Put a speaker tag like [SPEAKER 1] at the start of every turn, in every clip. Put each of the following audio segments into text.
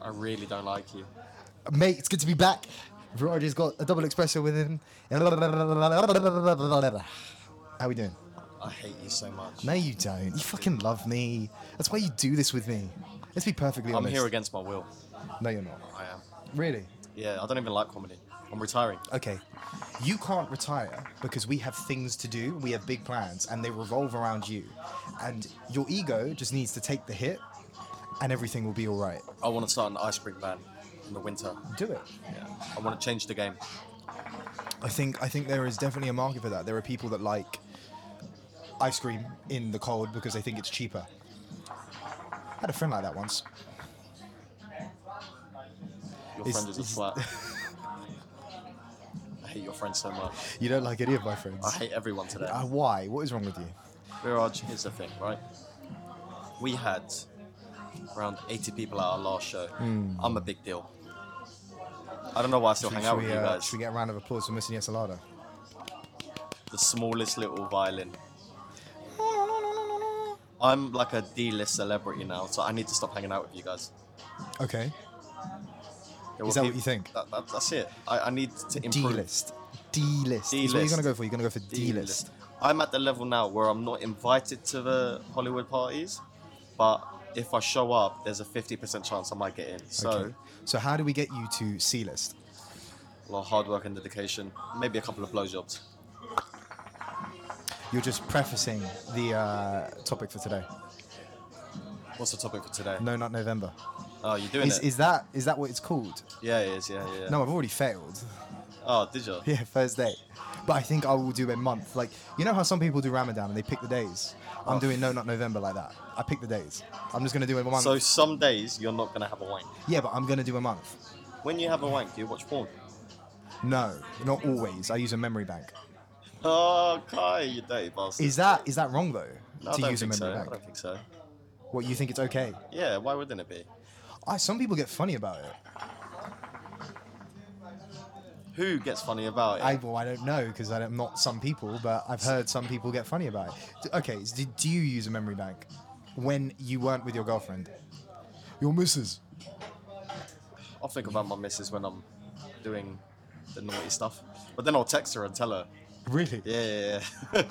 [SPEAKER 1] I really don't like you.
[SPEAKER 2] Mate, it's good to be back. Roger's got a double espresso with him. How we doing?
[SPEAKER 1] I hate you so much.
[SPEAKER 2] No, you don't. You fucking love me. That's why you do this with me. Let's be perfectly
[SPEAKER 1] I'm
[SPEAKER 2] honest.
[SPEAKER 1] here against my will.
[SPEAKER 2] No, you're not.
[SPEAKER 1] I am.
[SPEAKER 2] Really?
[SPEAKER 1] Yeah, I don't even like comedy. I'm retiring.
[SPEAKER 2] Okay. You can't retire because we have things to do. We have big plans, and they revolve around you. And your ego just needs to take the hit, and everything will be all right.
[SPEAKER 1] I want to start an ice cream van in the winter.
[SPEAKER 2] Do it.
[SPEAKER 1] Yeah. I want to change the game.
[SPEAKER 2] I think I think there is definitely a market for that. There are people that like ice cream in the cold because they think it's cheaper. I had a friend like that once.
[SPEAKER 1] Your
[SPEAKER 2] It's-
[SPEAKER 1] friend is a
[SPEAKER 2] it's-
[SPEAKER 1] flat. I hate your friend so much.
[SPEAKER 2] You don't like any of my friends.
[SPEAKER 1] I hate everyone today.
[SPEAKER 2] Uh, why? What is wrong with you?
[SPEAKER 1] Viraj, here's the thing, right? We had around 80 people at our last show. I'm a big deal. I don't know why I still hang out
[SPEAKER 2] we,
[SPEAKER 1] with you
[SPEAKER 2] uh,
[SPEAKER 1] guys.
[SPEAKER 2] Hmm. should we get a round of applause for Missy Yesalada?
[SPEAKER 1] The smallest little violin. I'm like a D-list celebrity now, so I need to stop hanging out with you guys.
[SPEAKER 2] Okay.
[SPEAKER 1] There were
[SPEAKER 2] Is that what
[SPEAKER 1] peop-
[SPEAKER 2] you think?
[SPEAKER 1] That, that, that's it. I, I need to
[SPEAKER 2] D
[SPEAKER 1] improve.
[SPEAKER 2] list. D list. Is what you're
[SPEAKER 1] D-list.
[SPEAKER 2] gonna go for. You're gonna go for D list.
[SPEAKER 1] I'm at the level now where I'm not invited to the Hollywood parties, but if I show up, there's a 50% chance I might get in. So,
[SPEAKER 2] Okay. So how do we get you to C list?
[SPEAKER 1] a lot of hard work and dedication, maybe a couple of blowjobs.
[SPEAKER 2] You're just prefacing the uh, topic for today.
[SPEAKER 1] What's the topic for today?
[SPEAKER 2] No, not November.
[SPEAKER 1] Oh, you're doing
[SPEAKER 2] Is,
[SPEAKER 1] it?
[SPEAKER 2] is that is that what it's called?
[SPEAKER 1] yeah, it is. Yeah, yeah. yeah.
[SPEAKER 2] No, I've already failed.
[SPEAKER 1] Oh, did you?
[SPEAKER 2] Yeah, Thursday. But I think I will do a month. Like you know how some people do Ramadan and they pick the days. I'm
[SPEAKER 1] Oh.
[SPEAKER 2] doing no, not November like that. I pick the days. I'm just gonna do a month.
[SPEAKER 1] So some days you're not gonna have a wank.
[SPEAKER 2] yeah, but I'm gonna do a month.
[SPEAKER 1] When you have a wank, do you watch porn?
[SPEAKER 2] No, not always. I use a memory bank.
[SPEAKER 1] Oh, Kai, you dirty bastard.
[SPEAKER 2] Is that is that wrong though?
[SPEAKER 1] No, I don't think so. I
[SPEAKER 2] bank.
[SPEAKER 1] don't think so.
[SPEAKER 2] What you think it's okay?
[SPEAKER 1] Yeah, why wouldn't it be?
[SPEAKER 2] I, some people get funny about it.
[SPEAKER 1] Who gets funny about it?
[SPEAKER 2] I well, I don't know because I'm not some people, but I've heard some people get funny about it. D- Okay, so do, do you use a memory bank when you weren't with your girlfriend? Your missus.
[SPEAKER 1] I'll think about my missus when I'm doing the naughty stuff. But then I'll text her and tell her.
[SPEAKER 2] Really?
[SPEAKER 1] Yeah, yeah, yeah.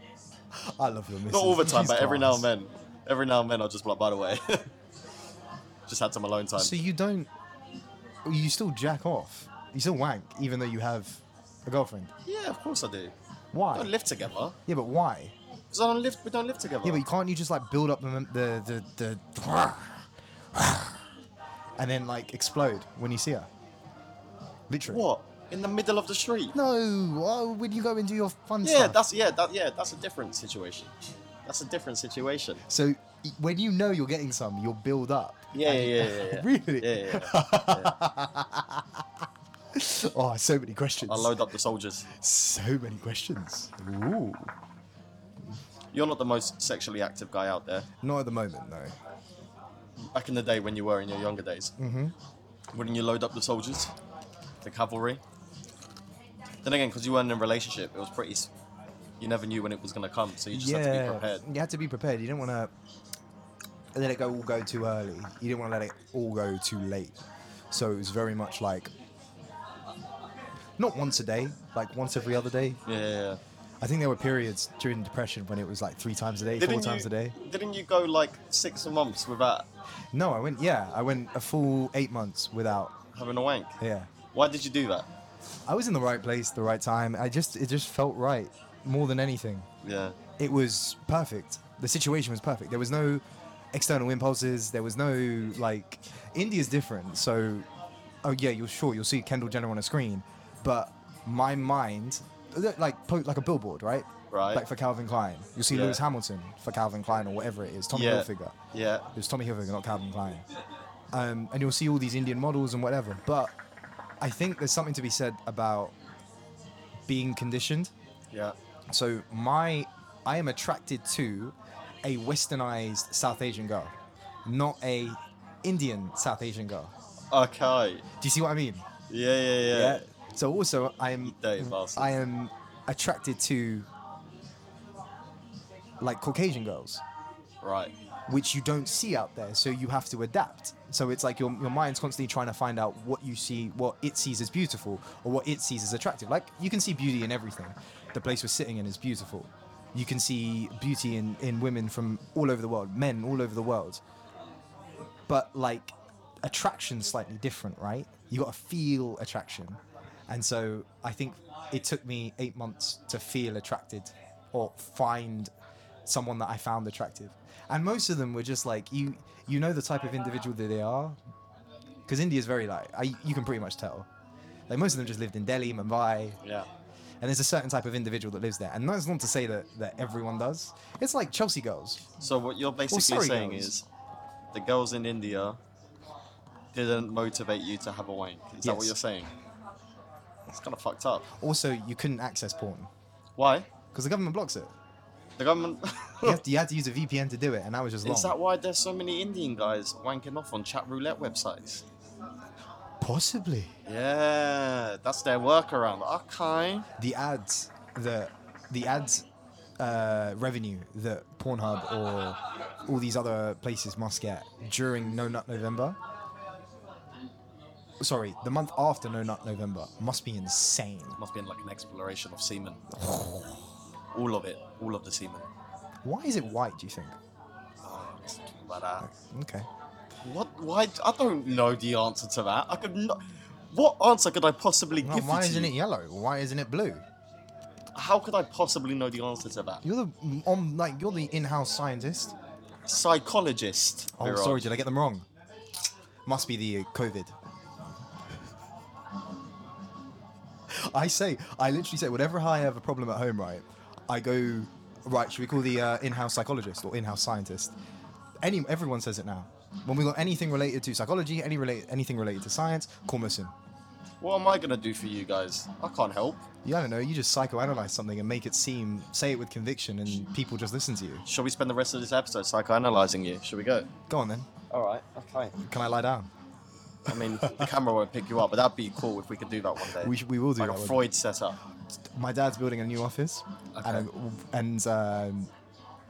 [SPEAKER 2] I love your missus.
[SPEAKER 1] Not all the time,
[SPEAKER 2] She's
[SPEAKER 1] but every now
[SPEAKER 2] class.
[SPEAKER 1] and then. Every now and then I'll just be like, by the way. just had some alone time.
[SPEAKER 2] So you don't. You still jack off. You still wank, even though you have a girlfriend.
[SPEAKER 1] yeah, of course I do. We don't
[SPEAKER 2] Why?
[SPEAKER 1] live together.
[SPEAKER 2] Yeah, but why?
[SPEAKER 1] Because I don't live, we don't live together.
[SPEAKER 2] Yeah, but you can't you just like build up the mem- the the, the and then like explode when you see her? Literally.
[SPEAKER 1] what? In the middle of the street?
[SPEAKER 2] No. Oh, when you go and do your fun
[SPEAKER 1] yeah,
[SPEAKER 2] stuff.
[SPEAKER 1] that's yeah, that yeah, that's a different situation. That's a different situation.
[SPEAKER 2] so y- when you know you're getting some, you'll build up.
[SPEAKER 1] Yeah, yeah, yeah, yeah. yeah.
[SPEAKER 2] Really?
[SPEAKER 1] Yeah, yeah, yeah.
[SPEAKER 2] Oh, so many questions.
[SPEAKER 1] I load up the soldiers.
[SPEAKER 2] so many questions. Ooh.
[SPEAKER 1] You're not the most sexually active guy out there.
[SPEAKER 2] Not at the moment, no.
[SPEAKER 1] Back in the day when you were in your younger days, mm-hmm. wouldn't you load up the soldiers, the cavalry? Then again, because you weren't in a relationship, it was pretty. s- You never knew when it was going to come, so you just had to be prepared.
[SPEAKER 2] You had to be prepared. You didn't want to let it go all go too early. You didn't want to let it all go too late. So it was very much like not once a day, like once every other day.
[SPEAKER 1] Yeah. yeah, yeah.
[SPEAKER 2] I think there were periods during the depression when it was like three times a day,
[SPEAKER 1] Didn't
[SPEAKER 2] four times
[SPEAKER 1] you,
[SPEAKER 2] a day.
[SPEAKER 1] Didn't you go like six months without
[SPEAKER 2] No, I went. Yeah, I went a full eight months without.
[SPEAKER 1] having a wank?
[SPEAKER 2] Yeah,
[SPEAKER 1] Why did you do that?
[SPEAKER 2] I was in the right place, the right time. I just it just felt right more than anything.
[SPEAKER 1] Yeah.
[SPEAKER 2] it was perfect. The situation was perfect. There was no external impulses. There was no like India's different. So, oh yeah, you're sure you'll see Kendall Jenner on a screen, but my mind, like po- like a billboard, right?
[SPEAKER 1] Right.
[SPEAKER 2] Like for Calvin Klein, you'll see
[SPEAKER 1] Yeah.
[SPEAKER 2] Lewis Hamilton for Calvin Klein or whatever it is. Tommy
[SPEAKER 1] yeah.
[SPEAKER 2] Hilfiger.
[SPEAKER 1] Yeah.
[SPEAKER 2] It was Tommy Hilfiger, not Calvin Klein. Um, and you'll see all these Indian models and whatever. But I think there's something to be said about being conditioned.
[SPEAKER 1] Yeah.
[SPEAKER 2] So my, I am attracted to a westernized South Asian girl, not a Indian South Asian girl.
[SPEAKER 1] Okay.
[SPEAKER 2] Do you see what I mean?
[SPEAKER 1] Yeah, yeah, yeah.
[SPEAKER 2] So also I am,
[SPEAKER 1] dirty bastard.
[SPEAKER 2] I am attracted to like Caucasian girls,
[SPEAKER 1] Right.
[SPEAKER 2] which you don't see out there. So you have to adapt. So it's like your, your mind's constantly trying to find out what you see, what it sees as beautiful, or what it sees as attractive. Like you can see beauty in everything. The place we're sitting in is beautiful. You can see beauty in, in women from all over the world, men all over the world. But like attraction's slightly different, right? You got to feel attraction. And so I think it took me eight months to feel attracted or find someone that I found attractive. And most of them were just like you you know the type of individual that they are. Because India is very like I, you can pretty much tell. Like most of them just lived in Delhi, Mumbai,
[SPEAKER 1] Yeah.
[SPEAKER 2] and there's a certain type of individual that lives there. And that's not to say that, that everyone does. It's like Chelsea girls.
[SPEAKER 1] So what you're basically
[SPEAKER 2] sorry,
[SPEAKER 1] saying
[SPEAKER 2] girls.
[SPEAKER 1] is, the girls in India didn't motivate you to have a wank. Is that what
[SPEAKER 2] Yes.
[SPEAKER 1] you're saying? It's kind of fucked up.
[SPEAKER 2] Also, you couldn't access porn
[SPEAKER 1] Why?
[SPEAKER 2] because the government blocks it.
[SPEAKER 1] The government.
[SPEAKER 2] You, have to, you had to use a VPN to do it, and that was just long.
[SPEAKER 1] Is that why there's so many Indian guys wanking off on chat roulette websites?
[SPEAKER 2] Possibly.
[SPEAKER 1] Yeah, that's their workaround. Okay.
[SPEAKER 2] the ads the the ads uh, revenue that Pornhub or all these other places must get during No Nut November. Sorry, the month after No Nut November must be insane.
[SPEAKER 1] Must be in like an exploration of semen. all of it. All of the semen.
[SPEAKER 2] Why is it white? Do you think?
[SPEAKER 1] Oh, let's talk about that.
[SPEAKER 2] Okay.
[SPEAKER 1] What? Why? I don't know the answer to that. I could not. What answer could I possibly
[SPEAKER 2] Well,
[SPEAKER 1] give
[SPEAKER 2] why
[SPEAKER 1] you to
[SPEAKER 2] isn't it
[SPEAKER 1] you?
[SPEAKER 2] yellow? Why isn't it blue?
[SPEAKER 1] How could I possibly know the answer to that?
[SPEAKER 2] You're the on like you're the in-house scientist.
[SPEAKER 1] Psychologist.
[SPEAKER 2] Oh,
[SPEAKER 1] Virat.
[SPEAKER 2] sorry, did I get them wrong? Must be the uh, COVID. I say, I literally say, whenever I have a problem at home, right, I go, right, should we call the uh, in-house psychologist or in-house scientist? Any, everyone says it now. When we got anything related to psychology, any relate, anything related to science, call Muslim.
[SPEAKER 1] What am I gonna do for you guys? I can't help.
[SPEAKER 2] Yeah, I don't know. You just psychoanalyze something and make it seem, say it with conviction, and people just listen to you.
[SPEAKER 1] Shall we spend the rest of this episode psychoanalyzing you? Shall we go?
[SPEAKER 2] Go on then.
[SPEAKER 1] All right. Okay.
[SPEAKER 2] Can I lie down?
[SPEAKER 1] I mean, the camera won't pick you up, but that'd be cool if we could do that one day.
[SPEAKER 2] We, sh- we will do
[SPEAKER 1] like
[SPEAKER 2] that.
[SPEAKER 1] a
[SPEAKER 2] one.
[SPEAKER 1] Freud setup.
[SPEAKER 2] my dad's building a new office,
[SPEAKER 1] Okay.
[SPEAKER 2] and, um, and um,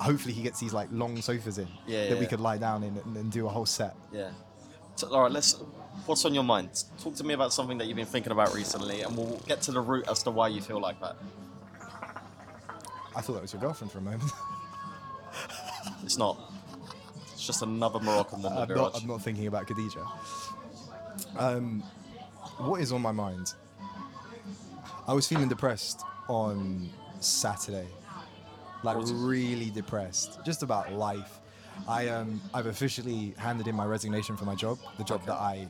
[SPEAKER 2] hopefully he gets these like long sofas in
[SPEAKER 1] Yeah,
[SPEAKER 2] that
[SPEAKER 1] yeah,
[SPEAKER 2] we
[SPEAKER 1] yeah.
[SPEAKER 2] could lie down in and, and do a whole set.
[SPEAKER 1] Yeah. So, all right. Let's. What's on your mind? Talk to me about something that you've been thinking about recently, and we'll get to the root as to why you feel like that.
[SPEAKER 2] I thought that was your girlfriend for a moment.
[SPEAKER 1] It's not. It's just another Moroccan woman.
[SPEAKER 2] I'm
[SPEAKER 1] Viraj.
[SPEAKER 2] not, I'm not thinking about Khadija. Um, what is on my mind? I was feeling depressed on Saturday, like
[SPEAKER 1] What was it?
[SPEAKER 2] really depressed, just about life. I um, I've officially handed in my resignation for my job, the job that I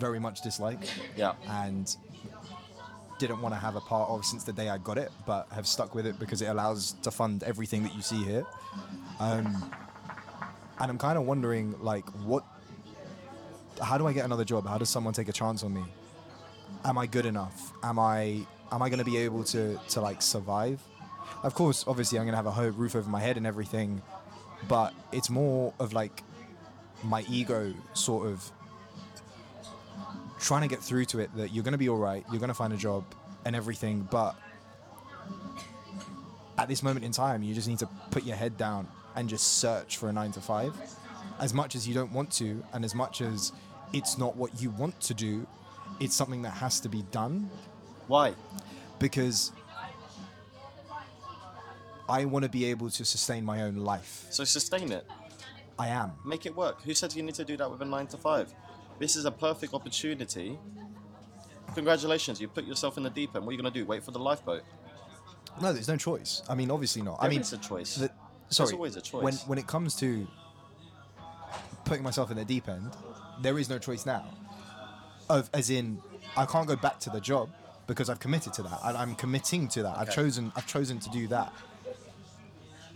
[SPEAKER 2] very much dislike.
[SPEAKER 1] Yeah.
[SPEAKER 2] and didn't want to have a part of since the day I got it, but have stuck with it because it allows to fund everything that you see here. Um, and I'm kind of wondering, like, what? How do I get another job? How does someone take a chance on me? Am I good enough? Am I am I going to be able to to like survive? Of course, obviously, I'm going to have a ho- roof over my head and everything, but it's more of like my ego sort of trying to get through to it that you're going to be all right, you're going to find a job and everything, but at this moment in time, you just need to put your head down and just search for a nine to five. As much as you don't want to, and as much as it's not what you want to do, it's something that has to be done
[SPEAKER 1] Why?
[SPEAKER 2] because I want to be able to sustain my own life.
[SPEAKER 1] So sustain it.
[SPEAKER 2] I am.
[SPEAKER 1] Make it work. Who said you need to do that with a nine to five? This is a perfect opportunity. Congratulations, you put yourself in the deep end. What are you gonna do? Wait for the lifeboat?
[SPEAKER 2] No, there's no choice. I mean, obviously not. I
[SPEAKER 1] There
[SPEAKER 2] mean,
[SPEAKER 1] is a choice.
[SPEAKER 2] the- sorry,
[SPEAKER 1] always a choice.
[SPEAKER 2] When when it comes to putting myself in the deep end, there is no choice now. Of as in, I can't go back to the job because I've committed to that. I, I'm committing to that. I've
[SPEAKER 1] Okay.
[SPEAKER 2] chosen. I've chosen to do that.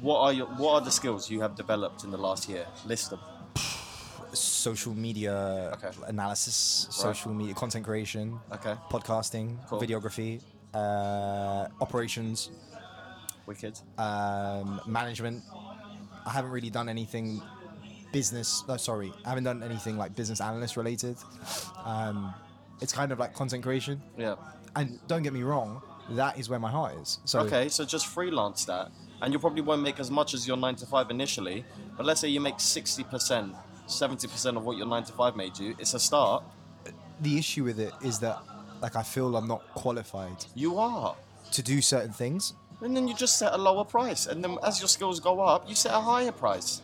[SPEAKER 1] What are your What are the skills you have developed in the last year? List them.
[SPEAKER 2] Social media
[SPEAKER 1] Okay.
[SPEAKER 2] analysis, social media content creation,
[SPEAKER 1] Okay.
[SPEAKER 2] podcasting,
[SPEAKER 1] Cool.
[SPEAKER 2] videography, uh, operations,
[SPEAKER 1] Wicked.
[SPEAKER 2] um, management. I haven't really done anything business. No, sorry, I haven't done anything like business analyst related. Um, it's kind of like content creation.
[SPEAKER 1] Yeah.
[SPEAKER 2] And don't get me wrong, that is where my heart is. So
[SPEAKER 1] Okay, so just freelance that. and you probably won't make as much as your nine to five initially. But let's say you make sixty percent, seventy percent of what your nine to five made you. It's a start.
[SPEAKER 2] The issue with it is that, like, I feel I'm not qualified
[SPEAKER 1] You are.
[SPEAKER 2] to do certain things.
[SPEAKER 1] And then you just set a lower price, and then as your skills go up, you set a higher price.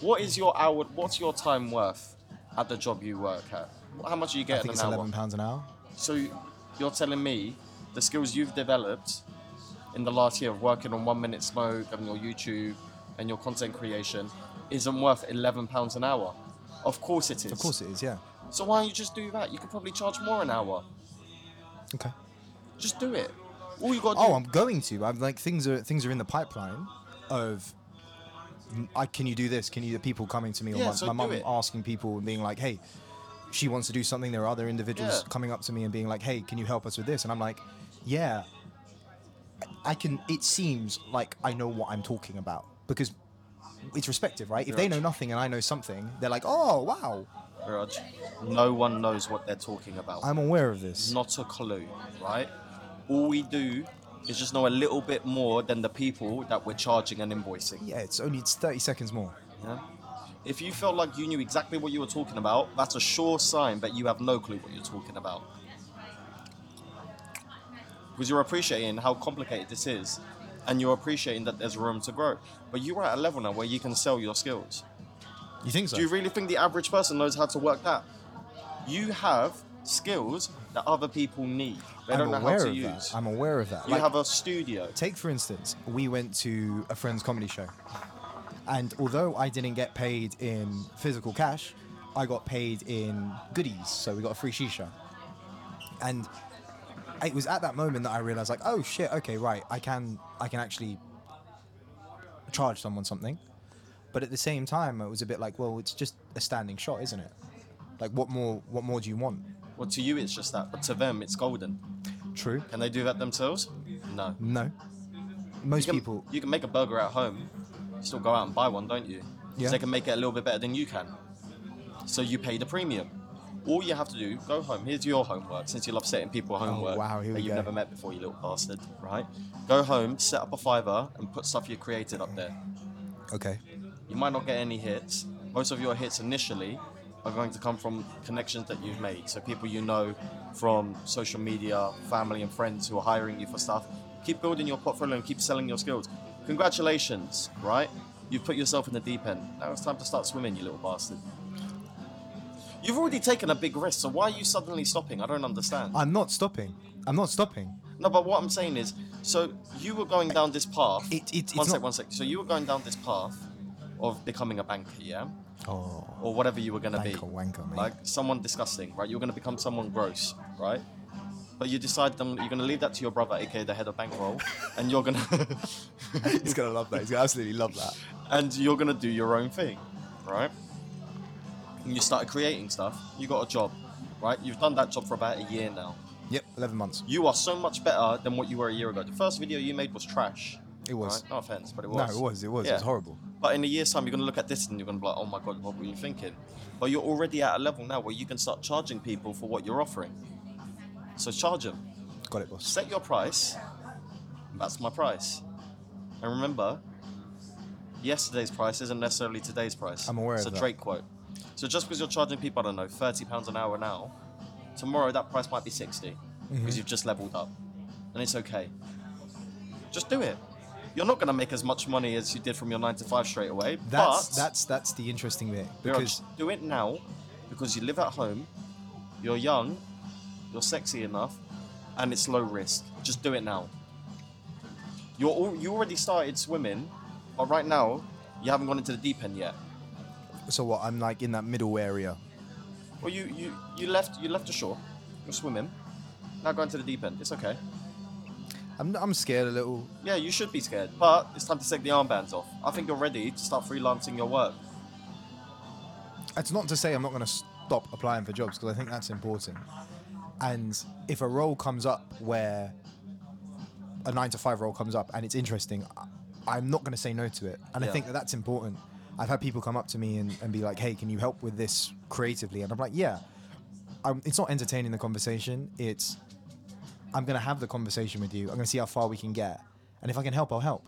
[SPEAKER 1] What is your hour? What's your time worth at the job you work at? How much are you
[SPEAKER 2] I
[SPEAKER 1] getting
[SPEAKER 2] think
[SPEAKER 1] an
[SPEAKER 2] it's
[SPEAKER 1] hour?
[SPEAKER 2] eleven pounds an hour.
[SPEAKER 1] So you're telling me the skills you've developed in the last year of working on One Minute Smoke and your YouTube and your content creation isn't worth eleven pounds an hour? Of course it is.
[SPEAKER 2] Of course it is. Yeah.
[SPEAKER 1] So why don't you just do that? You could probably charge more an hour.
[SPEAKER 2] Okay.
[SPEAKER 1] Just do it. All you got to do.
[SPEAKER 2] Oh, I'm going to. I'm like things are things are in the pipeline of. I, can you do this? Can you? The people coming to me or
[SPEAKER 1] Yeah,
[SPEAKER 2] my,
[SPEAKER 1] so
[SPEAKER 2] my
[SPEAKER 1] do
[SPEAKER 2] mum
[SPEAKER 1] it.
[SPEAKER 2] asking people and being like, "Hey, she wants to do something." There are other individuals
[SPEAKER 1] Yeah.
[SPEAKER 2] coming up to me and being like, "Hey, can you help us with this?" And I'm like, "Yeah, I can." It seems like I know what I'm talking about because it's respective, right? If they know nothing and I know something, they're like, "Oh, wow,
[SPEAKER 1] Raj, no one knows what they're talking about.
[SPEAKER 2] I'm aware of this."
[SPEAKER 1] Not a clue, right? All we do is just know a little bit more than the people that we're charging and invoicing.
[SPEAKER 2] Yeah, it's only it's 30 seconds more.
[SPEAKER 1] Yeah. If you felt like you knew exactly what you were talking about, that's a sure sign that you have no clue what you're talking about. Because you're appreciating how complicated this is, and you're appreciating that there's room to grow. But you're at a level now where you can sell your skills.
[SPEAKER 2] You think so?
[SPEAKER 1] Do you really think the average person knows how to work that? You have skills that other people need. They
[SPEAKER 2] I'm
[SPEAKER 1] don't know
[SPEAKER 2] aware
[SPEAKER 1] how to
[SPEAKER 2] of
[SPEAKER 1] use.
[SPEAKER 2] that. I'm aware of that.
[SPEAKER 1] you
[SPEAKER 2] Like-
[SPEAKER 1] have a studio.
[SPEAKER 2] Take for instance, we went to a friend's comedy show, and although I didn't get paid in physical cash, I got paid in goodies. So we got a free shisha, and it was at that moment that I realized, like, oh shit, okay, right, I can, I can actually charge someone something. But at the same time, it was a bit like, well, it's just a standing shot, isn't it? Like, what more, what more do you want?
[SPEAKER 1] Well, to you, it's just that, but to them, it's golden.
[SPEAKER 2] True.
[SPEAKER 1] Can they do that themselves? No.
[SPEAKER 2] No. Most
[SPEAKER 1] You can,
[SPEAKER 2] people.
[SPEAKER 1] you can make a burger at home, still go out and buy one, don't you? 'Cause
[SPEAKER 2] Yeah.
[SPEAKER 1] They can make it a little bit better than you can. So you pay the premium. All you have to do, go home. Here's your homework, since you love setting people homework
[SPEAKER 2] Oh, wow, here
[SPEAKER 1] that
[SPEAKER 2] we
[SPEAKER 1] you've
[SPEAKER 2] go.
[SPEAKER 1] never met before, you little bastard, right? Go home, set up a Fiverr, and put stuff you created up there.
[SPEAKER 2] Okay.
[SPEAKER 1] You might not get any hits. Most of your hits initially are going to come from connections that you've made. So people you know from social media, family and friends who are hiring you for stuff. Keep building your portfolio and keep selling your skills. Congratulations, right? You've put yourself in the deep end. Now it's time to start swimming, you little bastard. You've already taken a big risk, so why are you suddenly stopping? I don't understand.
[SPEAKER 2] I'm not stopping. I'm not stopping.
[SPEAKER 1] No, but what I'm saying is, so you were going down this path.
[SPEAKER 2] It- it- it's
[SPEAKER 1] one sec,
[SPEAKER 2] not-
[SPEAKER 1] one sec. So you were going down this path of becoming a banker, yeah?
[SPEAKER 2] Oh.
[SPEAKER 1] or whatever you were going to be.
[SPEAKER 2] Banker wanker, mate.
[SPEAKER 1] Like someone disgusting, right? You're going to become someone gross, right? But you decide them, you're going to leave that to your brother, aka the head of bankroll, and you're going to
[SPEAKER 2] He's gonna love that. He's gonna absolutely love that.
[SPEAKER 1] and you're going to do your own thing, right? And you started creating stuff. You got a job, right? You've done that job for about a year now.
[SPEAKER 2] Yep, eleven months.
[SPEAKER 1] You are so much better than what you were a year ago. The first video you made was trash.
[SPEAKER 2] It was.
[SPEAKER 1] right? No offense, but it
[SPEAKER 2] No,
[SPEAKER 1] was.
[SPEAKER 2] it was. It was. It was
[SPEAKER 1] Yeah.
[SPEAKER 2] horrible.
[SPEAKER 1] But in a year's time, you're going to look at this and you're going to be like, oh my God, what were you thinking? But you're already at a level now where you can start charging people for what you're offering. So charge them.
[SPEAKER 2] Got it, boss.
[SPEAKER 1] Set your price. That's my price. And remember, yesterday's price isn't necessarily today's price.
[SPEAKER 2] I'm aware
[SPEAKER 1] It's
[SPEAKER 2] of
[SPEAKER 1] a
[SPEAKER 2] that.
[SPEAKER 1] Drake quote. So just because you're charging people, I don't know, £30 an hour now, tomorrow that price might be 60
[SPEAKER 2] Mm-hmm.
[SPEAKER 1] because you've just leveled up. And it's okay. Just do it. You're not going to make as much money as you did from your 9 to 5 straight away.
[SPEAKER 2] That's
[SPEAKER 1] but
[SPEAKER 2] that's that's the interesting bit
[SPEAKER 1] You're-
[SPEAKER 2] because
[SPEAKER 1] do it now because you live at home, you're young, you're sexy enough, and it's low risk. Just do it now. You're all, you already started swimming, but right now you haven't gone into the deep end yet.
[SPEAKER 2] so what? I'm like in that middle area.
[SPEAKER 1] Well, you, you, you left you left the shore, you're swimming, now go into the deep end. It's okay.
[SPEAKER 2] I'm I'm scared a little.
[SPEAKER 1] Yeah, you should be scared, but it's time to take the armbands off. I think you're ready to start freelancing your work.
[SPEAKER 2] It's not to say I'm not gonna stop applying for jobs because I think that's important. And if a role comes up where a nine to five role comes up and it's interesting, I- I'm not going to say no to it. And I
[SPEAKER 1] Yeah.
[SPEAKER 2] think that that's important. I've had people come up to me and, and be like, hey, can you help with this creatively? And I'm like, yeah. I'm, it's not entertaining the conversation. It's, I'm going to have the conversation with you. I'm going to see how far we can get. and if I can help, I'll help,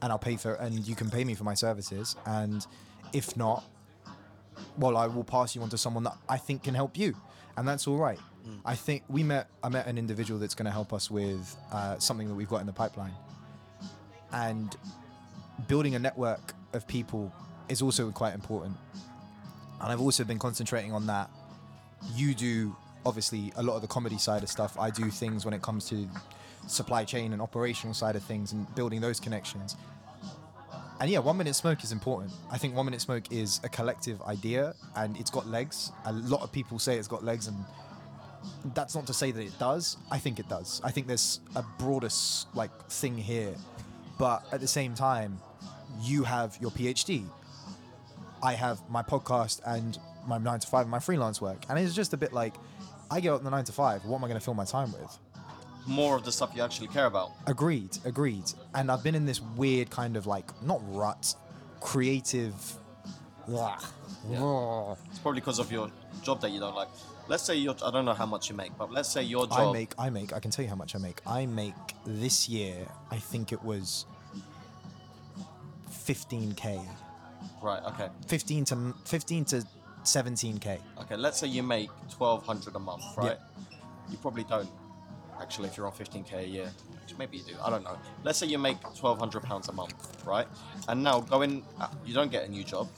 [SPEAKER 2] and I'll pay for and you can pay me for my services, and if not, well, I will pass you on to someone that I think can help you, and that's all right. I think we met. I met an individual that's going to help us with uh, something that we've got in the pipeline, and building a network of people is also quite important. And I've also been concentrating on that. You do obviously a lot of the comedy side of stuff. I do things when it comes to supply chain and operational side of things and building those connections. And yeah, one minute smoke is important. I think one minute smoke is a collective idea and it's got legs. A lot of people say it's got legs, and that's not to say that it does. I think it does. I think there's a broader s- like thing here, but at the same time, you have your PhD. I have my podcast and my nine to five and my freelance work, and it's just a bit like I get up the nine to five. What am I going to fill my time with?
[SPEAKER 1] More of the stuff you actually care about.
[SPEAKER 2] Agreed, agreed. And I've been in this weird kind of like not rut, creative. Blah, blah.
[SPEAKER 1] It's probably because of your job that you don't like. Let's say your I don't know how much you make, but let's say your job
[SPEAKER 2] I make, I make. I can tell you how much I make. I make this year. I think it was fifteen k,
[SPEAKER 1] right, okay.
[SPEAKER 2] fifteen to fifteen to seventeen k.
[SPEAKER 1] Okay, let's say you make twelve hundred a month, right? You probably don't. Actually, if you're on fifteen k a year, which maybe you do. I don't know. Let's say you make twelve hundred pounds a month, right? And now going, you don't get a new job,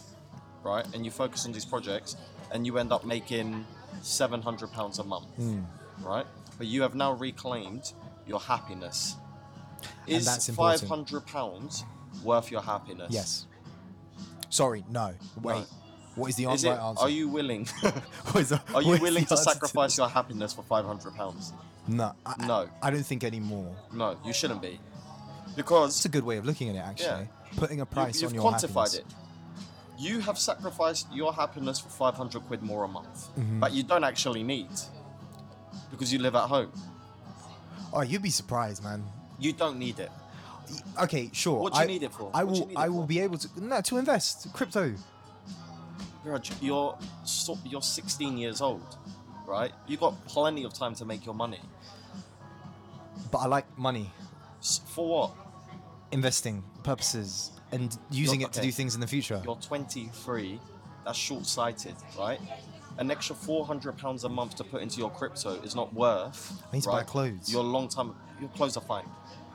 [SPEAKER 1] right? And you focus on these projects, and you end up making seven hundred pounds a month,
[SPEAKER 2] Hmm.
[SPEAKER 1] right? But you have now reclaimed your happiness. Is
[SPEAKER 2] that's
[SPEAKER 1] five
[SPEAKER 2] important.
[SPEAKER 1] hundred pounds worth your happiness?
[SPEAKER 2] Yes. Sorry, no. Wait.
[SPEAKER 1] No.
[SPEAKER 2] What is the
[SPEAKER 1] Is
[SPEAKER 2] right
[SPEAKER 1] it?
[SPEAKER 2] answer?
[SPEAKER 1] Are you willing?
[SPEAKER 2] What is the-
[SPEAKER 1] Are you
[SPEAKER 2] what is
[SPEAKER 1] willing
[SPEAKER 2] the
[SPEAKER 1] to
[SPEAKER 2] answer
[SPEAKER 1] sacrifice your happiness for five hundred pounds?
[SPEAKER 2] No, I,
[SPEAKER 1] No.
[SPEAKER 2] I don't think anymore.
[SPEAKER 1] No, you shouldn't be.
[SPEAKER 2] It's
[SPEAKER 1] Because
[SPEAKER 2] a good way of looking at it, actually. Putting a
[SPEAKER 1] you,
[SPEAKER 2] price
[SPEAKER 1] you've
[SPEAKER 2] on your
[SPEAKER 1] quantified
[SPEAKER 2] happiness.
[SPEAKER 1] it. You have sacrificed your happiness for 500 quid more a month
[SPEAKER 2] Mm-hmm.
[SPEAKER 1] that you don't actually need because you live at home.
[SPEAKER 2] Oh, you'd be surprised, man.
[SPEAKER 1] You don't need it.
[SPEAKER 2] Okay, sure.
[SPEAKER 1] What do you
[SPEAKER 2] I-
[SPEAKER 1] need it for?
[SPEAKER 2] I
[SPEAKER 1] What do you
[SPEAKER 2] will.
[SPEAKER 1] need it
[SPEAKER 2] I will
[SPEAKER 1] for?
[SPEAKER 2] be able to. No, to invest crypto.
[SPEAKER 1] You're, a j- you're, so- you're 16 years old, right? You've got plenty of time to make your money.
[SPEAKER 2] But I like money,
[SPEAKER 1] S- For what?
[SPEAKER 2] investing purposes, and using
[SPEAKER 1] You're-
[SPEAKER 2] it to
[SPEAKER 1] okay.
[SPEAKER 2] do things in the future.
[SPEAKER 1] You're 23. That's short sighted, right? An extra 400 pounds a month to put into your crypto is not worth.
[SPEAKER 2] I need to buy
[SPEAKER 1] right?
[SPEAKER 2] clothes.
[SPEAKER 1] Your long time, your clothes are fine,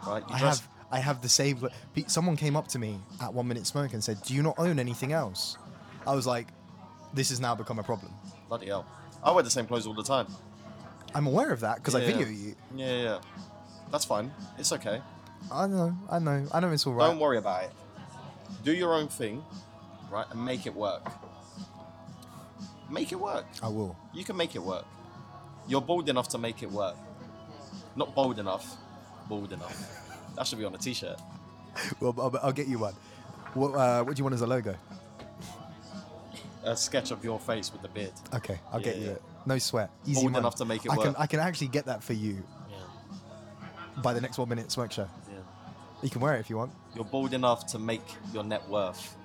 [SPEAKER 1] right? You
[SPEAKER 2] I
[SPEAKER 1] dress-
[SPEAKER 2] have. I have the same. but pe- Someone came up to me at One Minute Smoke and said, "Do you not own anything else?" I was like, "This has now become a problem."
[SPEAKER 1] Bloody hell. I wear the same clothes all the time.
[SPEAKER 2] I'm aware of that because I
[SPEAKER 1] Yeah.
[SPEAKER 2] video you.
[SPEAKER 1] Yeah, yeah, yeah. That's fine. It's okay.
[SPEAKER 2] I know. I know. I know it's all right.
[SPEAKER 1] Don't worry about it. Do your own thing, right? And make it work. Make it work.
[SPEAKER 2] I will.
[SPEAKER 1] You can make it work. You're bold enough to make it work. Not bold enough, bold enough. That should be on a t shirt.
[SPEAKER 2] Well, I'll, I'll get you one. What, uh, what do you want as a logo?
[SPEAKER 1] A sketch of your face with the beard.
[SPEAKER 2] Okay, I'll get
[SPEAKER 1] Yeah,
[SPEAKER 2] you
[SPEAKER 1] yeah.
[SPEAKER 2] it. No sweat. Easy
[SPEAKER 1] Bold
[SPEAKER 2] money.
[SPEAKER 1] enough to make it
[SPEAKER 2] I Can,
[SPEAKER 1] work.
[SPEAKER 2] I can actually get that for you
[SPEAKER 1] Yeah,
[SPEAKER 2] by the next one minute smoke show.
[SPEAKER 1] yeah.
[SPEAKER 2] You can wear it if you want.
[SPEAKER 1] You're bold enough to make your net worth.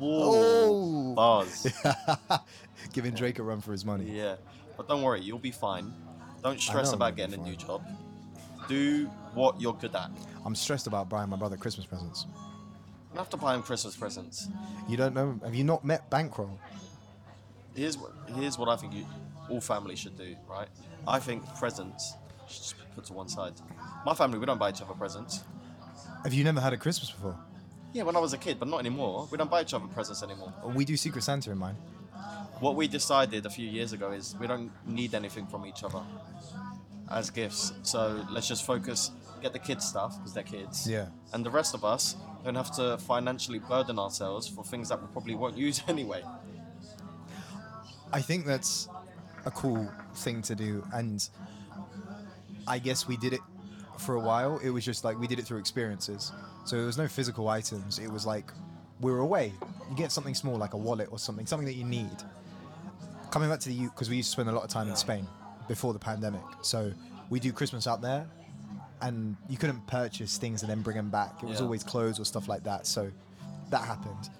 [SPEAKER 2] Oh.
[SPEAKER 1] Ooh, bars.
[SPEAKER 2] Giving Drake a run for his money.
[SPEAKER 1] Yeah, but don't worry, you'll be fine. Don't stress
[SPEAKER 2] I'm
[SPEAKER 1] about
[SPEAKER 2] gonna be
[SPEAKER 1] getting a new job. Do what you're good at. You
[SPEAKER 2] I'm stressed about buying my brother Christmas presents.
[SPEAKER 1] don't have to buy him Christmas presents.
[SPEAKER 2] You don't know? Have you not met Bankroll?
[SPEAKER 1] Here's what here's what I think you, all families should do. Right? I think presents should just be put to one side. My family, we don't buy each other presents.
[SPEAKER 2] Have you never had a Christmas before?
[SPEAKER 1] Yeah, when I was a kid, but not anymore. We don't buy each other presents anymore.
[SPEAKER 2] We do Secret Santa in mine.
[SPEAKER 1] What we decided a few years ago is we don't need anything from each other as gifts. So let's just focus, get the kids stuff because they're kids.
[SPEAKER 2] Yeah.
[SPEAKER 1] And the rest of us don't have to financially burden ourselves for things that we probably won't use anyway.
[SPEAKER 2] I think that's a cool thing to do, and I guess we did it for a while. It was just like we did it through experiences, so there was no physical items. It was like we were away. You get something small like a wallet or something, something that you need. Coming back to the U, because we used to spend a lot of time in Spain before the pandemic, so we do Christmas out there, and you couldn't purchase things and then bring them back. It was
[SPEAKER 1] Yeah.
[SPEAKER 2] always clothes or stuff like that. So that happened.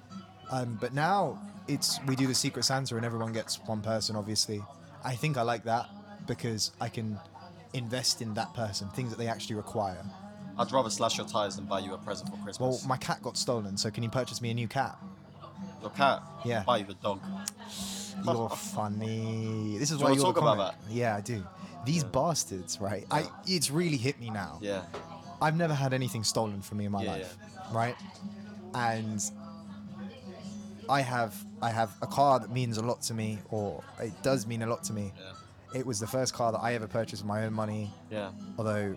[SPEAKER 2] Um, but now it's we do the Secret Santa and everyone gets one person. Obviously, I think I like that because I can invest in that person things that they actually require.
[SPEAKER 1] I'd rather slash your tires than buy you a present for
[SPEAKER 2] Well,
[SPEAKER 1] Christmas.
[SPEAKER 2] my cat got stolen, so can you purchase me a new cat?
[SPEAKER 1] your cat.
[SPEAKER 2] Yeah.
[SPEAKER 1] Buy you a dog.
[SPEAKER 2] You're funny. This is
[SPEAKER 1] Do
[SPEAKER 2] why
[SPEAKER 1] you wanna
[SPEAKER 2] you're the
[SPEAKER 1] talk about
[SPEAKER 2] comic. Yeah, I do. These bastards, right? I, it's really hit me now.
[SPEAKER 1] Yeah.
[SPEAKER 2] I've never had anything stolen from me in my
[SPEAKER 1] Yeah,
[SPEAKER 2] life, right? And I have I have a car that means a lot to me, or it does mean a lot to me.
[SPEAKER 1] Yeah.
[SPEAKER 2] It was the first car that I ever purchased with my own money,
[SPEAKER 1] Yeah.
[SPEAKER 2] although,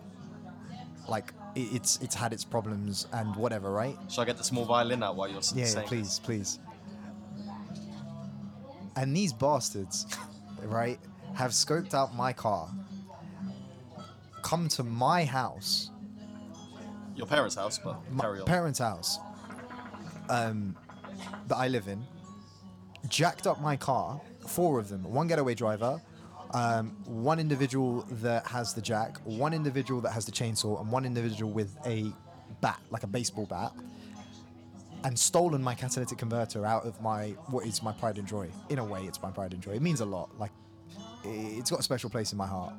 [SPEAKER 2] like, it, it's it's had its problems and whatever, right?
[SPEAKER 1] Shall I get the small violin out while you're s-
[SPEAKER 2] Yeah, yeah,
[SPEAKER 1] saying
[SPEAKER 2] please, please. And these bastards, right, have scoped out my car, come to my house,
[SPEAKER 1] Your parents' house, but carry
[SPEAKER 2] my
[SPEAKER 1] on.
[SPEAKER 2] parents' house, um, that I live in, jacked up my car. Four of them, one getaway driver, um, one individual that has the jack, one individual that has the chainsaw, and one individual with a bat, like a baseball bat, and stolen my catalytic converter out of my what is my pride and joy. In a way, it's my pride and joy. It means a lot. Like i- it's got a special place in my heart.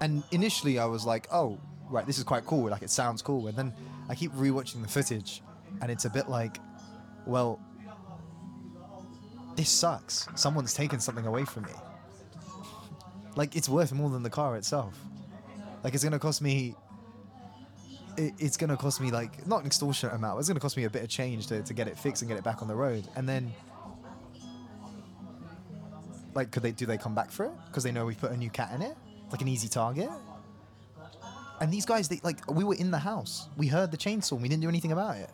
[SPEAKER 2] And initially, I was like, "Oh, right, this is quite cool. Like it sounds cool." And then I keep rewatching the footage, and it's a bit like, "Well, this sucks. Someone's taken something away from me. Like it's worth more than the car itself. Like it's gonna cost me. It, it's gonna cost me like not an extortionate amount. But it's gonna cost me a bit of change to, to get it fixed and get it back on the road. And then, like, could they do they come back for it? Because they know we put a new cat in it, like an easy target. And these guys, they like we were in the house. We heard the chainsaw. and We didn't do anything about it.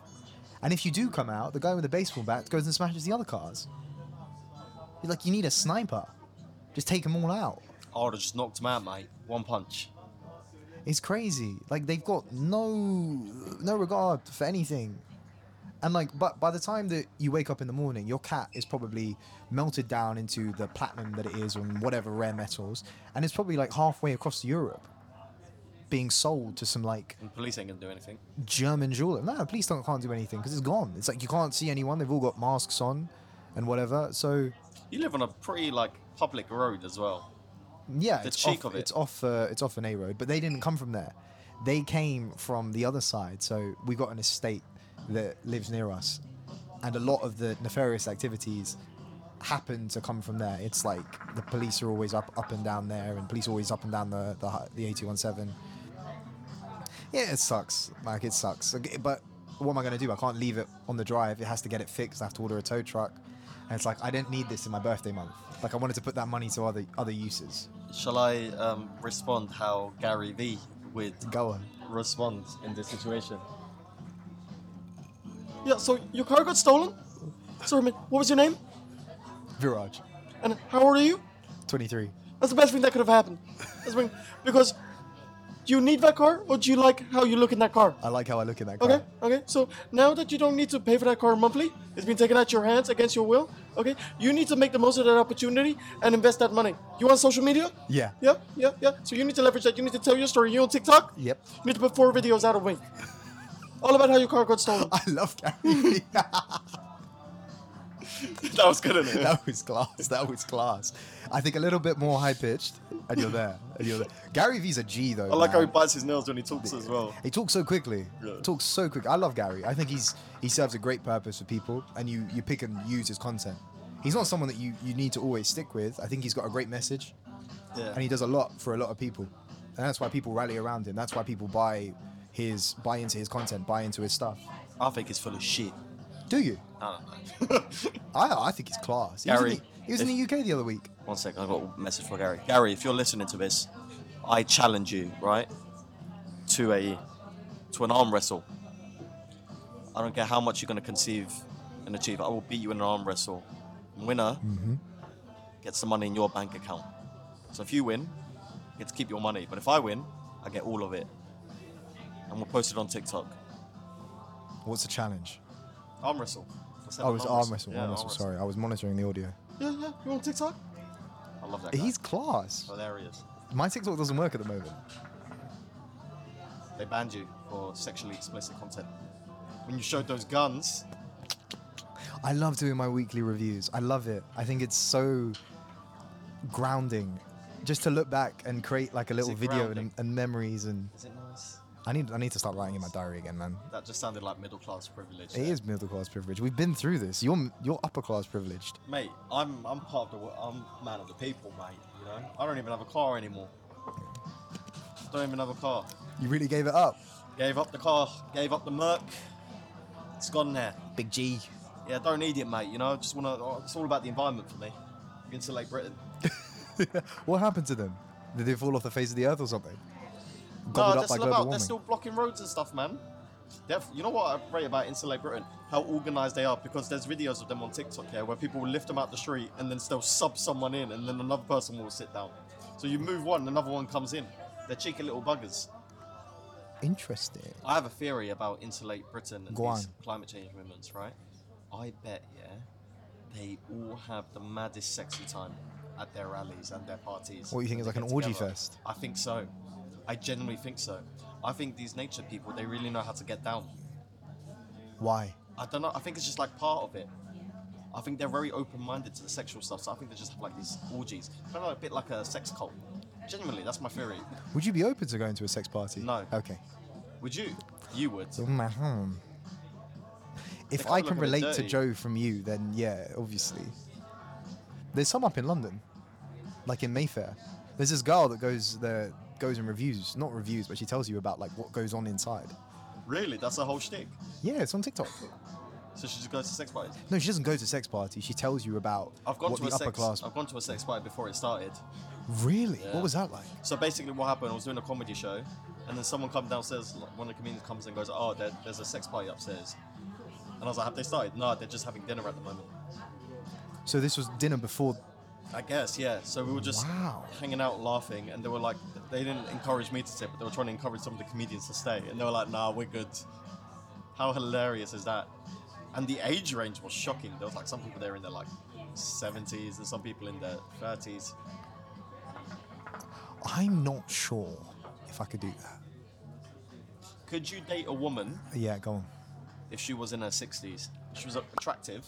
[SPEAKER 2] And if you do come out, the guy with the baseball bat goes and smashes the other cars. You're like, you need a sniper. Just take them all out.
[SPEAKER 1] I would have just knocked him out, mate. One punch.
[SPEAKER 2] It's crazy. Like they've got no no regard for anything. And like, but by the time that you wake up in the morning, your cat is probably melted down into the platinum that it is on whatever rare metals, and it's probably like halfway across Europe, being sold to some like
[SPEAKER 1] And police ain't gonna do anything.
[SPEAKER 2] German jeweler. No, police don't can't do anything because it's gone. It's like you can't see anyone. They've all got masks on, and whatever. So
[SPEAKER 1] You live on a pretty like public road as well.
[SPEAKER 2] Yeah,
[SPEAKER 1] the
[SPEAKER 2] it's
[SPEAKER 1] cheek
[SPEAKER 2] off,
[SPEAKER 1] of it.
[SPEAKER 2] It's off. Uh, it's off an A road, but they didn't come from there. They came from the other side. So we got an estate that lives near us, and a lot of the nefarious activities happen to come from there. It's like the police are always up, up and down there, and police are always up and down the the, hi- the A two one seven. Yeah, it sucks. Like it sucks. Okay, But what am I going to do? I can't leave it on the drive. It has to get it fixed. I have to order a tow truck. And it's like I didn't need this in my birthday month. Like I wanted to put that money to other other uses.
[SPEAKER 1] Shall I um, respond how Gary V would
[SPEAKER 2] Go on.
[SPEAKER 1] respond in this situation? Yeah, so your car got stolen? Sorry, man, what was your name?
[SPEAKER 2] Viraj,
[SPEAKER 1] And how old are you?
[SPEAKER 2] 23.
[SPEAKER 1] That's the best thing that could have happened. That's when- because do you need that car or do you like how you look in that car?
[SPEAKER 2] I like how I look in that car.
[SPEAKER 1] Okay, okay. So now that you don't need to pay for that car monthly, it's been taken out your hands against your will. Okay, you need to make the most of that opportunity and invest that money. You want social media?
[SPEAKER 2] Yeah.
[SPEAKER 1] Yeah, yeah, yeah. So you need to leverage that. You need to tell your story. You on TikTok?
[SPEAKER 2] Yep.
[SPEAKER 1] You need to put four videos out a week. All about how your car got stolen.
[SPEAKER 2] I love Gary.
[SPEAKER 1] that was good enough.
[SPEAKER 2] that was class. That was class. I think a little bit more high pitched, and you're there. And you're there. Gary V's a G though.
[SPEAKER 1] I like how he
[SPEAKER 2] man.
[SPEAKER 1] bites his nails when he talks as well.
[SPEAKER 2] He talks so quickly.
[SPEAKER 1] Yeah.
[SPEAKER 2] Talks so quick. I love Gary. I think he's he serves a great purpose for people, and you you pick and use his content. He's not someone that you you need to always stick with. I think he's got a great message,
[SPEAKER 1] Yeah.
[SPEAKER 2] and he does a lot for a lot of people, and that's why people rally around him. That's why people buy his buy into his content, buy into his stuff.
[SPEAKER 1] I think he's full of shit.
[SPEAKER 2] Do you?
[SPEAKER 1] I don't know.
[SPEAKER 2] I I think he's class. He was
[SPEAKER 1] Gary,
[SPEAKER 2] in the, he was in
[SPEAKER 1] if-
[SPEAKER 2] the UK the other week.
[SPEAKER 1] One sec, I got a message for Gary. Gary, if you're listening to this, I challenge you, right, to a to an arm wrestle. I don't care how much you're going to conceive and achieve. I will beat you in an arm wrestle. Winner
[SPEAKER 2] Mm-hmm.
[SPEAKER 1] gets the money in your bank account. So if you win, you get to keep your money. But if I win, I get all of it, and we'll post it on TikTok.
[SPEAKER 2] What's the challenge?
[SPEAKER 1] Arm wrestle. I said
[SPEAKER 2] I was Oh, arm wrestle.
[SPEAKER 1] Yeah,
[SPEAKER 2] arm wrestle. Sorry, I was monitoring the audio.
[SPEAKER 1] Yeah, yeah. You on TikTok? I love that. Guy.
[SPEAKER 2] He's class.
[SPEAKER 1] hilarious.
[SPEAKER 2] My TikTok doesn't work at the moment.
[SPEAKER 1] they banned you for sexually explicit content. When you showed those guns,
[SPEAKER 2] I love doing my weekly reviews. I love it. I think it's so grounding just to look back and create like a little
[SPEAKER 1] it
[SPEAKER 2] video and,
[SPEAKER 1] grounding?
[SPEAKER 2] and memories and
[SPEAKER 1] Is it nice?
[SPEAKER 2] I need I need to start writing in my diary again, man.
[SPEAKER 1] That just sounded like middle class privilege.
[SPEAKER 2] It
[SPEAKER 1] there.
[SPEAKER 2] is middle class privilege. We've been through this. You're you're upper class privileged.
[SPEAKER 1] Mate, I'm I'm part of the wo- I'm man of the people, mate. You know, I don't even have a car anymore. Don't even have a car.
[SPEAKER 2] You really gave it up.
[SPEAKER 1] Gave up the car. Gave up the Merc. It's gone now.
[SPEAKER 2] Big G.
[SPEAKER 1] Yeah, I don't need it, mate. You know, I just want to. It's all about the environment for me. You insulate Britain.
[SPEAKER 2] What happened to them? Did they fall off the face of the earth or something?
[SPEAKER 1] No,
[SPEAKER 2] Gobbled
[SPEAKER 1] Oh, they're
[SPEAKER 2] up by
[SPEAKER 1] still
[SPEAKER 2] global
[SPEAKER 1] about. They're
[SPEAKER 2] warming.
[SPEAKER 1] still blocking roads and stuff, man. They're, you know what I rate about Insulate Britain? How organised they are, because there's videos of them on TikTok here where people will lift them out the street and then they'll sub someone in, and then another person will sit down. So you move one, another one comes in. They're cheeky little buggers.
[SPEAKER 2] Interesting.
[SPEAKER 1] I have a theory about Insulate Britain and
[SPEAKER 2] Go on.
[SPEAKER 1] these climate change movements, right? I bet, yeah, they all have the maddest sexy time at their rallies and their parties.
[SPEAKER 2] What, you think
[SPEAKER 1] when
[SPEAKER 2] it's
[SPEAKER 1] they
[SPEAKER 2] like
[SPEAKER 1] get
[SPEAKER 2] an orgy
[SPEAKER 1] together.
[SPEAKER 2] fest?
[SPEAKER 1] I think so. I genuinely think so. I think these nature people, they really know how to get down.
[SPEAKER 2] Why?
[SPEAKER 1] I don't know. I think it's just like part of it. I think they're very open-minded to the sexual stuff, so I think they just have like these orgies, kind of a bit like a sex cult. Genuinely, that's my theory.
[SPEAKER 2] Would you be open to going to a sex party?
[SPEAKER 1] No.
[SPEAKER 2] Okay.
[SPEAKER 1] Would you? You would.
[SPEAKER 2] Mm, ahem. If
[SPEAKER 1] kinda
[SPEAKER 2] I
[SPEAKER 1] look a
[SPEAKER 2] can
[SPEAKER 1] bit
[SPEAKER 2] relate to
[SPEAKER 1] dirty.
[SPEAKER 2] Joe from you, then yeah, obviously. There's some up in London, like in Mayfair. There's this girl that goes there, goes and reviews, not reviews, but she tells you about like what goes on inside.
[SPEAKER 1] Really? That's the whole shtick.
[SPEAKER 2] Yeah, it's on TikTok.
[SPEAKER 1] So she just goes to sex parties.
[SPEAKER 2] No, she doesn't go to sex party. She tells you about
[SPEAKER 1] I've gone
[SPEAKER 2] what
[SPEAKER 1] to
[SPEAKER 2] the
[SPEAKER 1] a
[SPEAKER 2] upper
[SPEAKER 1] sex.
[SPEAKER 2] class.
[SPEAKER 1] I've gone to a sex party before it started.
[SPEAKER 2] Really?
[SPEAKER 1] Yeah.
[SPEAKER 2] What was that like?
[SPEAKER 1] So basically, what happened? I was doing a comedy show, and then someone come downstairs. like, One of the comedians comes and goes, "Oh, there, there's a sex party upstairs." And I was like, "Have they started?" No, they're just having dinner at the moment.
[SPEAKER 2] So this was dinner before.
[SPEAKER 1] I guess, yeah. So we were just
[SPEAKER 2] Wow.
[SPEAKER 1] hanging out, laughing, and they were like, they didn't encourage me to stay, but they were trying to encourage some of the comedians to stay, and they were like, "Nah, we're good." How hilarious is that? And the age range was shocking. There was like some people there in their like 70s, and some people in their 30s.
[SPEAKER 2] I'm not sure if I could do that.
[SPEAKER 1] Could you date a woman
[SPEAKER 2] Yeah, go on.
[SPEAKER 1] if she was in her 60s? She was attractive.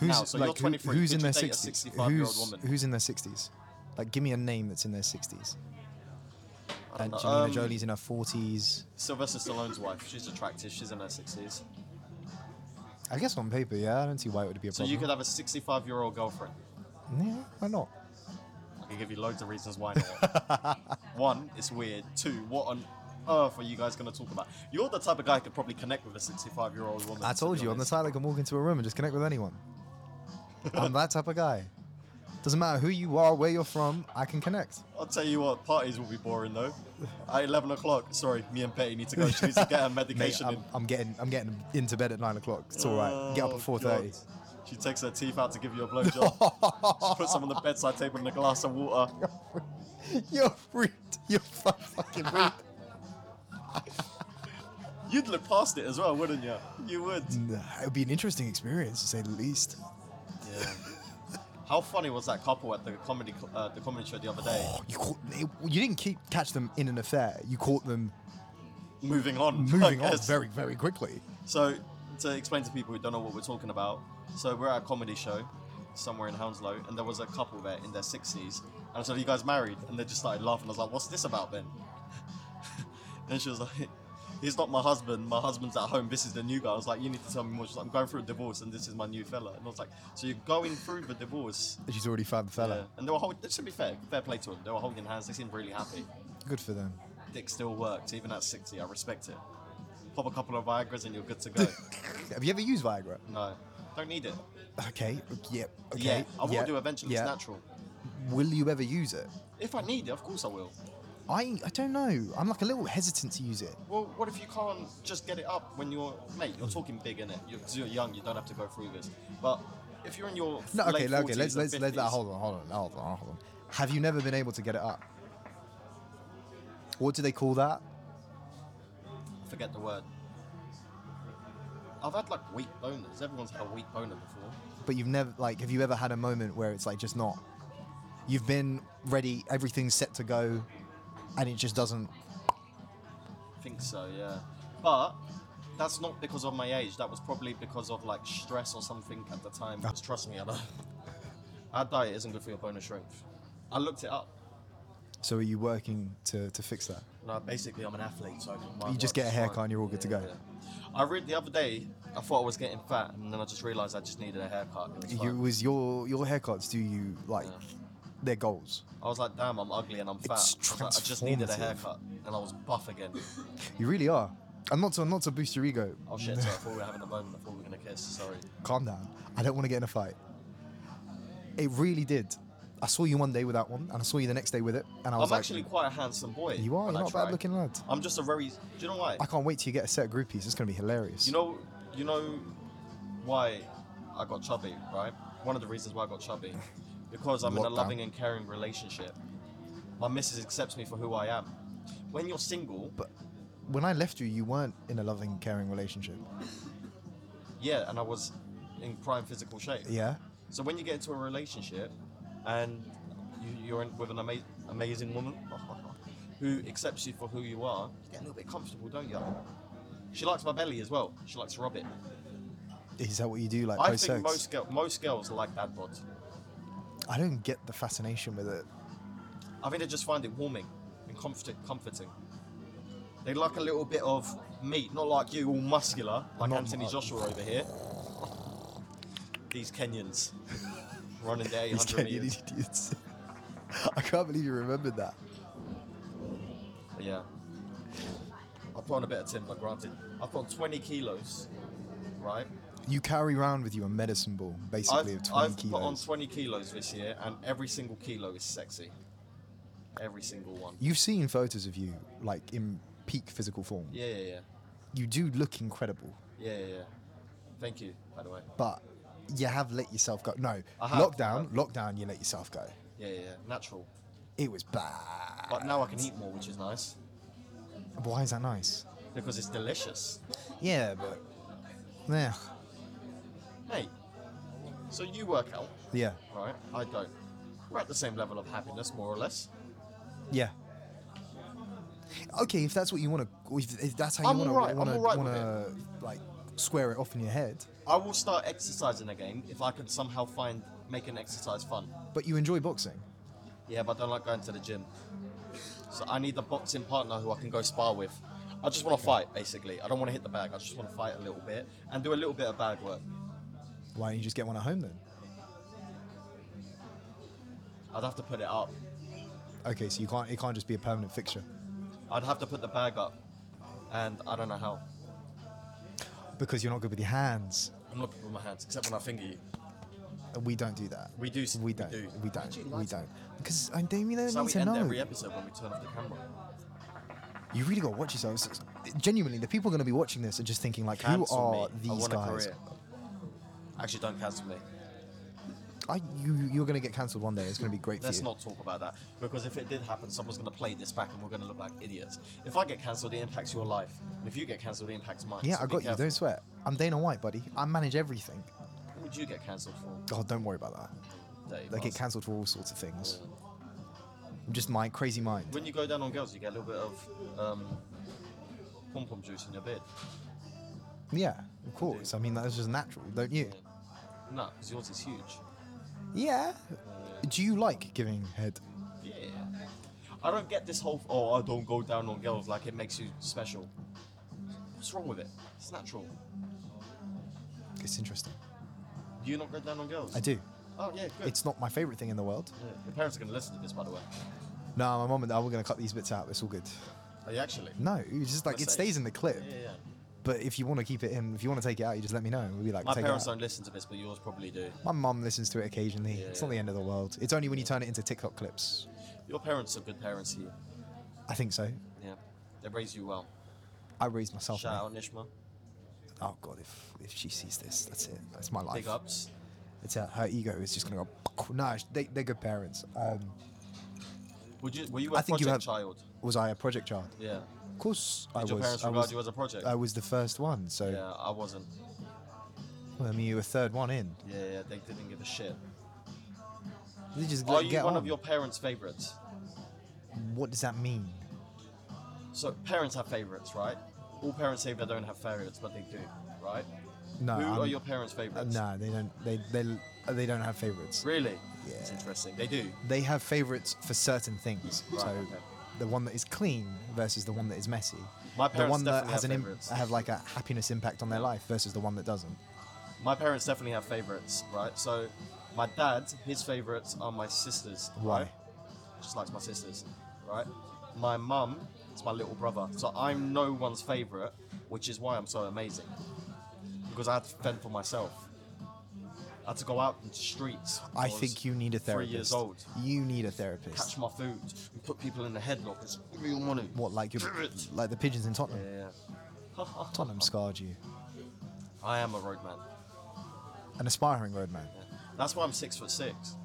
[SPEAKER 2] Who's
[SPEAKER 1] Now, so you're
[SPEAKER 2] like who-
[SPEAKER 1] 23,
[SPEAKER 2] who's
[SPEAKER 1] could
[SPEAKER 2] in
[SPEAKER 1] you
[SPEAKER 2] their
[SPEAKER 1] date a
[SPEAKER 2] sixties?
[SPEAKER 1] 65-year-old
[SPEAKER 2] Who's,
[SPEAKER 1] woman?
[SPEAKER 2] who's in their sixties? Like, give me a name that's in their sixties.
[SPEAKER 1] I don't know.
[SPEAKER 2] Angelina
[SPEAKER 1] Um,
[SPEAKER 2] Jolie's in her forties.
[SPEAKER 1] Sylvester Stallone's wife. She's attractive. She's in her 60s.
[SPEAKER 2] I guess on paper, yeah. I don't see why it would be a
[SPEAKER 1] So
[SPEAKER 2] problem.
[SPEAKER 1] you could have a 65 year old girlfriend.
[SPEAKER 2] yeah, why not?
[SPEAKER 1] I can give you loads of reasons why not. One, it's weird. Two, what on earth are you guys going to talk about? You're the type of guy who could probably connect with a 65 year old woman.
[SPEAKER 2] I
[SPEAKER 1] to
[SPEAKER 2] told
[SPEAKER 1] be
[SPEAKER 2] you on the
[SPEAKER 1] honest.
[SPEAKER 2] side, I can walk into a room and just connect with anyone. I'm that type of guy. Doesn't matter who you are, where you're from, I can connect.
[SPEAKER 1] I'll tell you what, parties will be boring though. At 11 o'clock, sorry, me and Petty need to go. She needs to get her
[SPEAKER 2] Mate,
[SPEAKER 1] medication
[SPEAKER 2] I'm, I'm getting, I'm getting into bed at nine o'clock. It's all right. Get up
[SPEAKER 1] Oh,
[SPEAKER 2] at four thirty.
[SPEAKER 1] God. She takes her teeth out to give you a blowjob. she puts them on the bedside table and a glass of water.
[SPEAKER 2] You're rude. You're fu- fucking rude.
[SPEAKER 1] You'd look past it as well, wouldn't you? You would.
[SPEAKER 2] Nah, uh, it would be an interesting experience to say the least.
[SPEAKER 1] Yeah. How funny was that couple at the comedy cl- uh, the comedy show the other day?
[SPEAKER 2] Oh, you caught, it, you didn't keep, catch them in an affair. You caught them
[SPEAKER 1] Moving on. I
[SPEAKER 2] moving on
[SPEAKER 1] guess.
[SPEAKER 2] very, very quickly.
[SPEAKER 1] So, to explain to people who don't know what we're talking about, so we're at a comedy show somewhere in Hounslow, and there was a couple there in their 60s. And I said, Are you guys married? And they just started laughing. I was like, What's this about then? and she was like, He's not my husband. My husband's at home. This is the new guy. I was like, You need to tell me more. She's like, I'm going through a divorce, and this is my new fella. And I was like, So you're going through the divorce?
[SPEAKER 2] She's already found the
[SPEAKER 1] Yeah.
[SPEAKER 2] fella.
[SPEAKER 1] And they were holding, to be fair, fair play to them. They were holding hands. They seemed really happy.
[SPEAKER 2] Good for them.
[SPEAKER 1] Dick still worked, even at 60. I respect it. Pop a couple of Viagra's, and you're good to go.
[SPEAKER 2] Have you ever used Viagra?
[SPEAKER 1] no, don't need it.
[SPEAKER 2] Okay. Yep. Okay.
[SPEAKER 1] Yeah, I will
[SPEAKER 2] yeah,
[SPEAKER 1] do eventually.
[SPEAKER 2] yeah.
[SPEAKER 1] It's natural.
[SPEAKER 2] Will you ever use it?
[SPEAKER 1] If I need it, of course I will.
[SPEAKER 2] I, I don't know. I'm like a little hesitant to use it.
[SPEAKER 1] Well, what if you can't just get it up when you're, mate? You're talking big in it. You're, 'cause you're young. You don't have to go through this. But if you're in your
[SPEAKER 2] No. Okay.
[SPEAKER 1] late
[SPEAKER 2] Okay.
[SPEAKER 1] 40s
[SPEAKER 2] Let's
[SPEAKER 1] or
[SPEAKER 2] let's let's uh,
[SPEAKER 1] 50s,
[SPEAKER 2] hold on. Hold on. Hold on. Hold on. Have you never been able to get it up? What do they call that?
[SPEAKER 1] Forget the word. I've had like weak boners. Everyone's had a weak boner before.
[SPEAKER 2] But you've never like have you ever had a moment where it's like just not? You've been ready. Everything's set to go, and it just doesn't.
[SPEAKER 1] I think so, yeah. But that's not because of my age. That was probably because of like stress or something at the time. Because trust me, I know. Our diet isn't good for your boner strength. I looked it up.
[SPEAKER 2] So are you working to, to fix that?
[SPEAKER 1] No, basically, I'm an athlete, so my
[SPEAKER 2] You just
[SPEAKER 1] work's
[SPEAKER 2] get a haircut
[SPEAKER 1] fine.
[SPEAKER 2] and you're all good to
[SPEAKER 1] Yeah,
[SPEAKER 2] go.
[SPEAKER 1] yeah. I read the other day. I thought I was getting fat, and then I just realised I just needed a haircut. It was
[SPEAKER 2] You,
[SPEAKER 1] fine.
[SPEAKER 2] was your your haircuts do you like
[SPEAKER 1] Yeah.
[SPEAKER 2] their goals?
[SPEAKER 1] I was like, damn, I'm ugly and I'm fat.
[SPEAKER 2] It's
[SPEAKER 1] I, was like, I just needed a
[SPEAKER 2] transformative.
[SPEAKER 1] haircut, and I was buff again.
[SPEAKER 2] You really are. And not to not to boost your ego.
[SPEAKER 1] Oh shit! So I thought we were having a moment. I thought we were gonna kiss. Sorry.
[SPEAKER 2] Calm down. I don't want to get in a fight. It really did. I saw you one day with that one, and I saw you the next day with it, and I was
[SPEAKER 1] I'm
[SPEAKER 2] like,
[SPEAKER 1] actually quite a handsome boy.
[SPEAKER 2] "You are.
[SPEAKER 1] when
[SPEAKER 2] You're
[SPEAKER 1] I
[SPEAKER 2] not
[SPEAKER 1] try.
[SPEAKER 2] bad looking lad."
[SPEAKER 1] I'm just a very. Do you know why?
[SPEAKER 2] I can't wait till you get a set of groupies. It's gonna be hilarious.
[SPEAKER 1] You know, you know why I got chubby, right? One of the reasons why I got chubby, because I'm in
[SPEAKER 2] Lockdown.
[SPEAKER 1] a loving and caring relationship. My missus accepts me for who I am. When you're single,
[SPEAKER 2] but when I left you, you weren't in a loving, caring relationship.
[SPEAKER 1] yeah, and I was in prime physical shape.
[SPEAKER 2] Yeah.
[SPEAKER 1] So when you get into a relationship and you, you're in, with an ama- amazing woman who accepts you for who you are, you get a little bit comfortable, don't you? She likes my belly as well. She likes to rub it.
[SPEAKER 2] Is that what you do, like
[SPEAKER 1] I think
[SPEAKER 2] post sex?
[SPEAKER 1] most girl, most girls like dad bods.
[SPEAKER 2] I don't get the fascination with it.
[SPEAKER 1] I think they just find it warming and comfort- comforting. They like a little bit of meat, not like you, all muscular, like
[SPEAKER 2] Not
[SPEAKER 1] Anthony
[SPEAKER 2] mu-
[SPEAKER 1] Joshua over here. These Kenyans running their
[SPEAKER 2] These
[SPEAKER 1] 800
[SPEAKER 2] Kenyan
[SPEAKER 1] meters.
[SPEAKER 2] idiots. I can't believe you remembered that.
[SPEAKER 1] Yeah. I put on a bit of timber, granted. I put on 20 kilos, right?
[SPEAKER 2] You carry around with you a medicine ball,
[SPEAKER 1] I've,
[SPEAKER 2] basically, of 20
[SPEAKER 1] I've put on
[SPEAKER 2] kilos.
[SPEAKER 1] 20 kilos this year, and every single kilo is sexy. Every single one.
[SPEAKER 2] You've seen photos of you, like in peak physical form.
[SPEAKER 1] Yeah, yeah, yeah.
[SPEAKER 2] You do look incredible,
[SPEAKER 1] Yeah, yeah, yeah. Thank you, by the way.
[SPEAKER 2] but you have let yourself go. No,
[SPEAKER 1] I have.
[SPEAKER 2] lockdown, lockdown, you let yourself go.
[SPEAKER 1] Yeah, yeah, yeah. Natural.
[SPEAKER 2] It was bad.
[SPEAKER 1] But now I can eat more, which is nice.
[SPEAKER 2] Why is that nice?
[SPEAKER 1] Because it's delicious.
[SPEAKER 2] Yeah, but. Yeah.
[SPEAKER 1] Hey, so you work out,
[SPEAKER 2] Yeah.
[SPEAKER 1] right? I don't. We're at the same level of happiness, more or less.
[SPEAKER 2] Yeah. Okay, if that's what you want to, if, if that's how
[SPEAKER 1] I'm
[SPEAKER 2] you want
[SPEAKER 1] alright,
[SPEAKER 2] to,
[SPEAKER 1] I'm
[SPEAKER 2] want to,
[SPEAKER 1] alright
[SPEAKER 2] want
[SPEAKER 1] with
[SPEAKER 2] to, like, square it off in your head.
[SPEAKER 1] I will start exercising again if I can somehow find making exercise fun.
[SPEAKER 2] But you enjoy boxing.
[SPEAKER 1] Yeah, but I don't like going to the gym. So I need a boxing partner who I can go spar with. I just want to fight, basically. I don't want to hit the bag. I just want to fight a little bit and do a little bit of bag work.
[SPEAKER 2] Why don't you just get one at home then?
[SPEAKER 1] I'd have to put it up.
[SPEAKER 2] Okay, so you can't. It can't just be a permanent fixture.
[SPEAKER 1] I'd have to put the bag up, and I don't know how.
[SPEAKER 2] because you're not good with your hands.
[SPEAKER 1] I'm not good with my hands, except when I finger you.
[SPEAKER 2] We don't do that.
[SPEAKER 1] We do. s-
[SPEAKER 2] We don't.
[SPEAKER 1] We do.
[SPEAKER 2] We
[SPEAKER 1] Why'd
[SPEAKER 2] don't.
[SPEAKER 1] you lie
[SPEAKER 2] We
[SPEAKER 1] to me?
[SPEAKER 2] don't. Because I don't we don't
[SPEAKER 1] That's how
[SPEAKER 2] need
[SPEAKER 1] we
[SPEAKER 2] to
[SPEAKER 1] end
[SPEAKER 2] know.
[SPEAKER 1] every episode when we turn off the camera.
[SPEAKER 2] You really got to watch yourselves. Genuinely, the people going to be watching this and just thinking like, who
[SPEAKER 1] Cancel
[SPEAKER 2] are
[SPEAKER 1] me. I
[SPEAKER 2] these
[SPEAKER 1] want a
[SPEAKER 2] guys?
[SPEAKER 1] career. Actually, don't cancel me.
[SPEAKER 2] I, you, you're going to get cancelled one day. It's going to be great
[SPEAKER 1] Let's
[SPEAKER 2] for you.
[SPEAKER 1] not talk about that because if it did happen, someone's going to play this back and we're going to look like idiots. If I get cancelled, it impacts your life. And if you get cancelled, it impacts mine.
[SPEAKER 2] yeah,
[SPEAKER 1] So
[SPEAKER 2] I
[SPEAKER 1] be
[SPEAKER 2] got you.
[SPEAKER 1] careful.
[SPEAKER 2] Don't sweat. I'm Dana White, buddy. I manage everything.
[SPEAKER 1] What would you get cancelled for?
[SPEAKER 2] God, don't worry about that.
[SPEAKER 1] Dave,
[SPEAKER 2] They get
[SPEAKER 1] Ask.
[SPEAKER 2] cancelled for all sorts of things. Just my crazy mind.
[SPEAKER 1] When you go down on girls, you get a little bit of um, pom pom juice in your beard.
[SPEAKER 2] Yeah, of course. I mean, that's just natural, don't you?
[SPEAKER 1] No, because yours is huge.
[SPEAKER 2] Yeah. Do you like giving head?
[SPEAKER 1] Yeah. I don't get this whole, oh, I don't go down on girls like it makes you special. What's wrong with it? It's natural.
[SPEAKER 2] It's interesting.
[SPEAKER 1] Do you not go down on girls?
[SPEAKER 2] I do.
[SPEAKER 1] Oh, yeah, good.
[SPEAKER 2] It's not my favorite thing in the world.
[SPEAKER 1] Yeah, Your parents are going to listen to this, by the way.
[SPEAKER 2] No, my mum and dad, we're going to cut these bits out. It's all good.
[SPEAKER 1] Are you actually?
[SPEAKER 2] No, it's just like
[SPEAKER 1] Let's
[SPEAKER 2] it
[SPEAKER 1] say-
[SPEAKER 2] stays in the clip.
[SPEAKER 1] Yeah, yeah. yeah.
[SPEAKER 2] But if you want to keep it in, if you want to take it out, you just let me know. We'll be like,
[SPEAKER 1] My
[SPEAKER 2] take
[SPEAKER 1] parents
[SPEAKER 2] it out.
[SPEAKER 1] don't listen to this, but yours probably do.
[SPEAKER 2] My mum listens to it occasionally.
[SPEAKER 1] Yeah,
[SPEAKER 2] it's not
[SPEAKER 1] yeah.
[SPEAKER 2] the end of the world. It's only when you turn it into TikTok clips.
[SPEAKER 1] Your parents are good parents here.
[SPEAKER 2] I think so.
[SPEAKER 1] Yeah. They raise you well.
[SPEAKER 2] I raised myself.
[SPEAKER 1] Shout
[SPEAKER 2] mate.
[SPEAKER 1] out Nishma.
[SPEAKER 2] Oh God, if if she sees this, that's it. That's my life.
[SPEAKER 1] Big ups.
[SPEAKER 2] It's her, her ego is just gonna go. No, sh- they, they're good parents. Um,
[SPEAKER 1] Would you, were you a
[SPEAKER 2] I think
[SPEAKER 1] project
[SPEAKER 2] you have-
[SPEAKER 1] child?
[SPEAKER 2] was I a project child?
[SPEAKER 1] Yeah.
[SPEAKER 2] Of course, I
[SPEAKER 1] Did
[SPEAKER 2] was.
[SPEAKER 1] your parents
[SPEAKER 2] I
[SPEAKER 1] regard
[SPEAKER 2] was,
[SPEAKER 1] you as a project?
[SPEAKER 2] I was the first one, so
[SPEAKER 1] yeah, I wasn't.
[SPEAKER 2] well, I mean, you were third one in.
[SPEAKER 1] Yeah, yeah, they didn't give a shit.
[SPEAKER 2] They just
[SPEAKER 1] Are
[SPEAKER 2] like,
[SPEAKER 1] you
[SPEAKER 2] get
[SPEAKER 1] one
[SPEAKER 2] on.
[SPEAKER 1] of your parents' favorites?
[SPEAKER 2] What does that mean?
[SPEAKER 1] So parents have favorites, right? All parents say they don't have favorites, but they do, right?
[SPEAKER 2] No,
[SPEAKER 1] Who
[SPEAKER 2] I'm-
[SPEAKER 1] are your parents'
[SPEAKER 2] Uh,
[SPEAKER 1] favorites?
[SPEAKER 2] nah, they don't. They they they don't have favorites.
[SPEAKER 1] Really?
[SPEAKER 2] Yeah.
[SPEAKER 1] It's interesting. They do.
[SPEAKER 2] They have favorites for certain things.
[SPEAKER 1] Right,
[SPEAKER 2] so
[SPEAKER 1] okay.
[SPEAKER 2] the one that is clean versus the one that is messy.
[SPEAKER 1] My
[SPEAKER 2] The
[SPEAKER 1] parents
[SPEAKER 2] one that
[SPEAKER 1] definitely
[SPEAKER 2] has
[SPEAKER 1] have
[SPEAKER 2] an Im-
[SPEAKER 1] favorites.
[SPEAKER 2] have like a happiness impact on their life versus the one that doesn't.
[SPEAKER 1] My parents definitely have favorites, right? So, my dad, his favorites are my sisters.
[SPEAKER 2] Why?
[SPEAKER 1] Right? Just likes my sisters, right? My mum is my little brother, so I'm no one's favorite, which is why I'm so amazing. Because I had to fend for myself. I had to go out in the streets.
[SPEAKER 2] I
[SPEAKER 1] was
[SPEAKER 2] think you need a therapist.
[SPEAKER 1] Three years old.
[SPEAKER 2] You need a therapist.
[SPEAKER 1] Catch my food. and Put people in the headlock. It's give me your money.
[SPEAKER 2] What like your
[SPEAKER 1] Give it.
[SPEAKER 2] like the pigeons in Tottenham?
[SPEAKER 1] Yeah.
[SPEAKER 2] Tottenham scarred you.
[SPEAKER 1] I am a roadman.
[SPEAKER 2] An aspiring roadman.
[SPEAKER 1] Yeah. That's why I'm six foot six.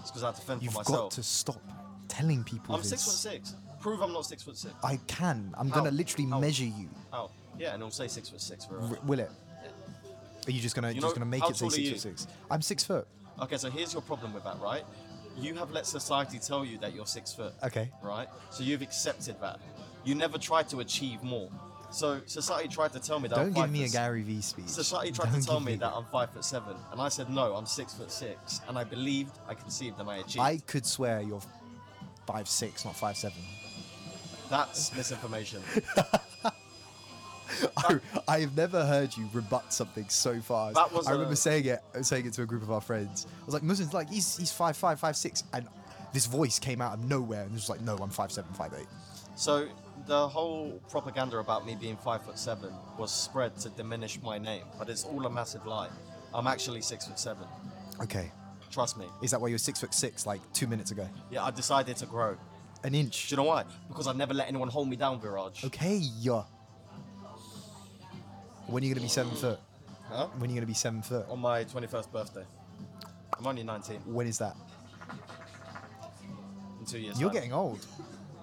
[SPEAKER 1] It's because I had to fend
[SPEAKER 2] You've
[SPEAKER 1] for
[SPEAKER 2] got
[SPEAKER 1] myself.
[SPEAKER 2] to stop telling people
[SPEAKER 1] I'm
[SPEAKER 2] this.
[SPEAKER 1] six foot six. Prove I'm not six foot six.
[SPEAKER 2] I can. I'm gonna
[SPEAKER 1] Ow.
[SPEAKER 2] literally
[SPEAKER 1] Ow.
[SPEAKER 2] measure you.
[SPEAKER 1] Oh, yeah, and I'll say six foot six for a
[SPEAKER 2] R- will it? Are you just gonna
[SPEAKER 1] You
[SPEAKER 2] just
[SPEAKER 1] know,
[SPEAKER 2] gonna make
[SPEAKER 1] how
[SPEAKER 2] it say
[SPEAKER 1] tall are
[SPEAKER 2] six
[SPEAKER 1] you?
[SPEAKER 2] foot six? I'm six foot.
[SPEAKER 1] Okay, so here's your problem with that, right? You have let society tell you that you're six foot.
[SPEAKER 2] Okay.
[SPEAKER 1] Right? So you've accepted that. You never tried to achieve more. So society tried to tell me that
[SPEAKER 2] Don't
[SPEAKER 1] I'm
[SPEAKER 2] give
[SPEAKER 1] five
[SPEAKER 2] me a
[SPEAKER 1] foot-
[SPEAKER 2] Gary Vee speech.
[SPEAKER 1] Society tried
[SPEAKER 2] Don't
[SPEAKER 1] to tell
[SPEAKER 2] give
[SPEAKER 1] me
[SPEAKER 2] a-
[SPEAKER 1] that I'm five foot seven, and I said no, I'm six foot six, and I believed, I conceived, and I achieved.
[SPEAKER 2] I could swear you're five six, not five seven.
[SPEAKER 1] That's misinformation.
[SPEAKER 2] I, I have never heard you rebut something so fast.
[SPEAKER 1] That was
[SPEAKER 2] I remember
[SPEAKER 1] a-
[SPEAKER 2] saying it, saying it to a group of our friends. I was like, Muslims, like he's he's five five five six, and this voice came out of nowhere and it was like, no, I'm five seven five eight.
[SPEAKER 1] So the whole propaganda about me being five foot seven was spread to diminish my name, but it's all a massive lie. I'm actually six foot seven.
[SPEAKER 2] Okay,
[SPEAKER 1] Trust me.
[SPEAKER 2] is that why you're six foot six like two minutes ago?
[SPEAKER 1] Yeah, I decided to grow. Do
[SPEAKER 2] An inch.
[SPEAKER 1] you know why? Because I never let anyone hold me down, Viraj.
[SPEAKER 2] Okay, yeah. When are you gonna be seven foot?
[SPEAKER 1] Huh?
[SPEAKER 2] When are you gonna be seven foot?
[SPEAKER 1] On my 21st birthday. I'm only 19
[SPEAKER 2] When is that?
[SPEAKER 1] in two years.
[SPEAKER 2] You're
[SPEAKER 1] time.
[SPEAKER 2] getting old.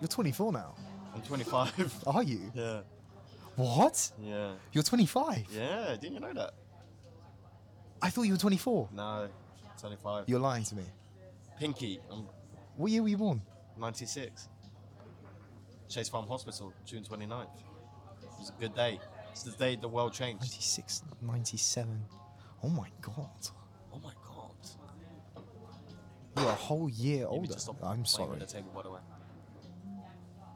[SPEAKER 2] You're 24 now.
[SPEAKER 1] I'm 25.
[SPEAKER 2] Are you?
[SPEAKER 1] yeah.
[SPEAKER 2] What?
[SPEAKER 1] Yeah.
[SPEAKER 2] You're 25.
[SPEAKER 1] Yeah. Didn't you know that?
[SPEAKER 2] I thought you were 24.
[SPEAKER 1] No. 25.
[SPEAKER 2] You're lying to me.
[SPEAKER 1] Pinky. I'm
[SPEAKER 2] What year were you born?
[SPEAKER 1] 96. Chase Farm Hospital, June 29th. It was a good day. It's the day the world changed.
[SPEAKER 2] 96, 97. Oh my god.
[SPEAKER 1] Oh my god.
[SPEAKER 2] You're a whole
[SPEAKER 1] You
[SPEAKER 2] year
[SPEAKER 1] need to
[SPEAKER 2] older.
[SPEAKER 1] stop playing
[SPEAKER 2] I'm
[SPEAKER 1] with
[SPEAKER 2] sorry.
[SPEAKER 1] The table, by the way.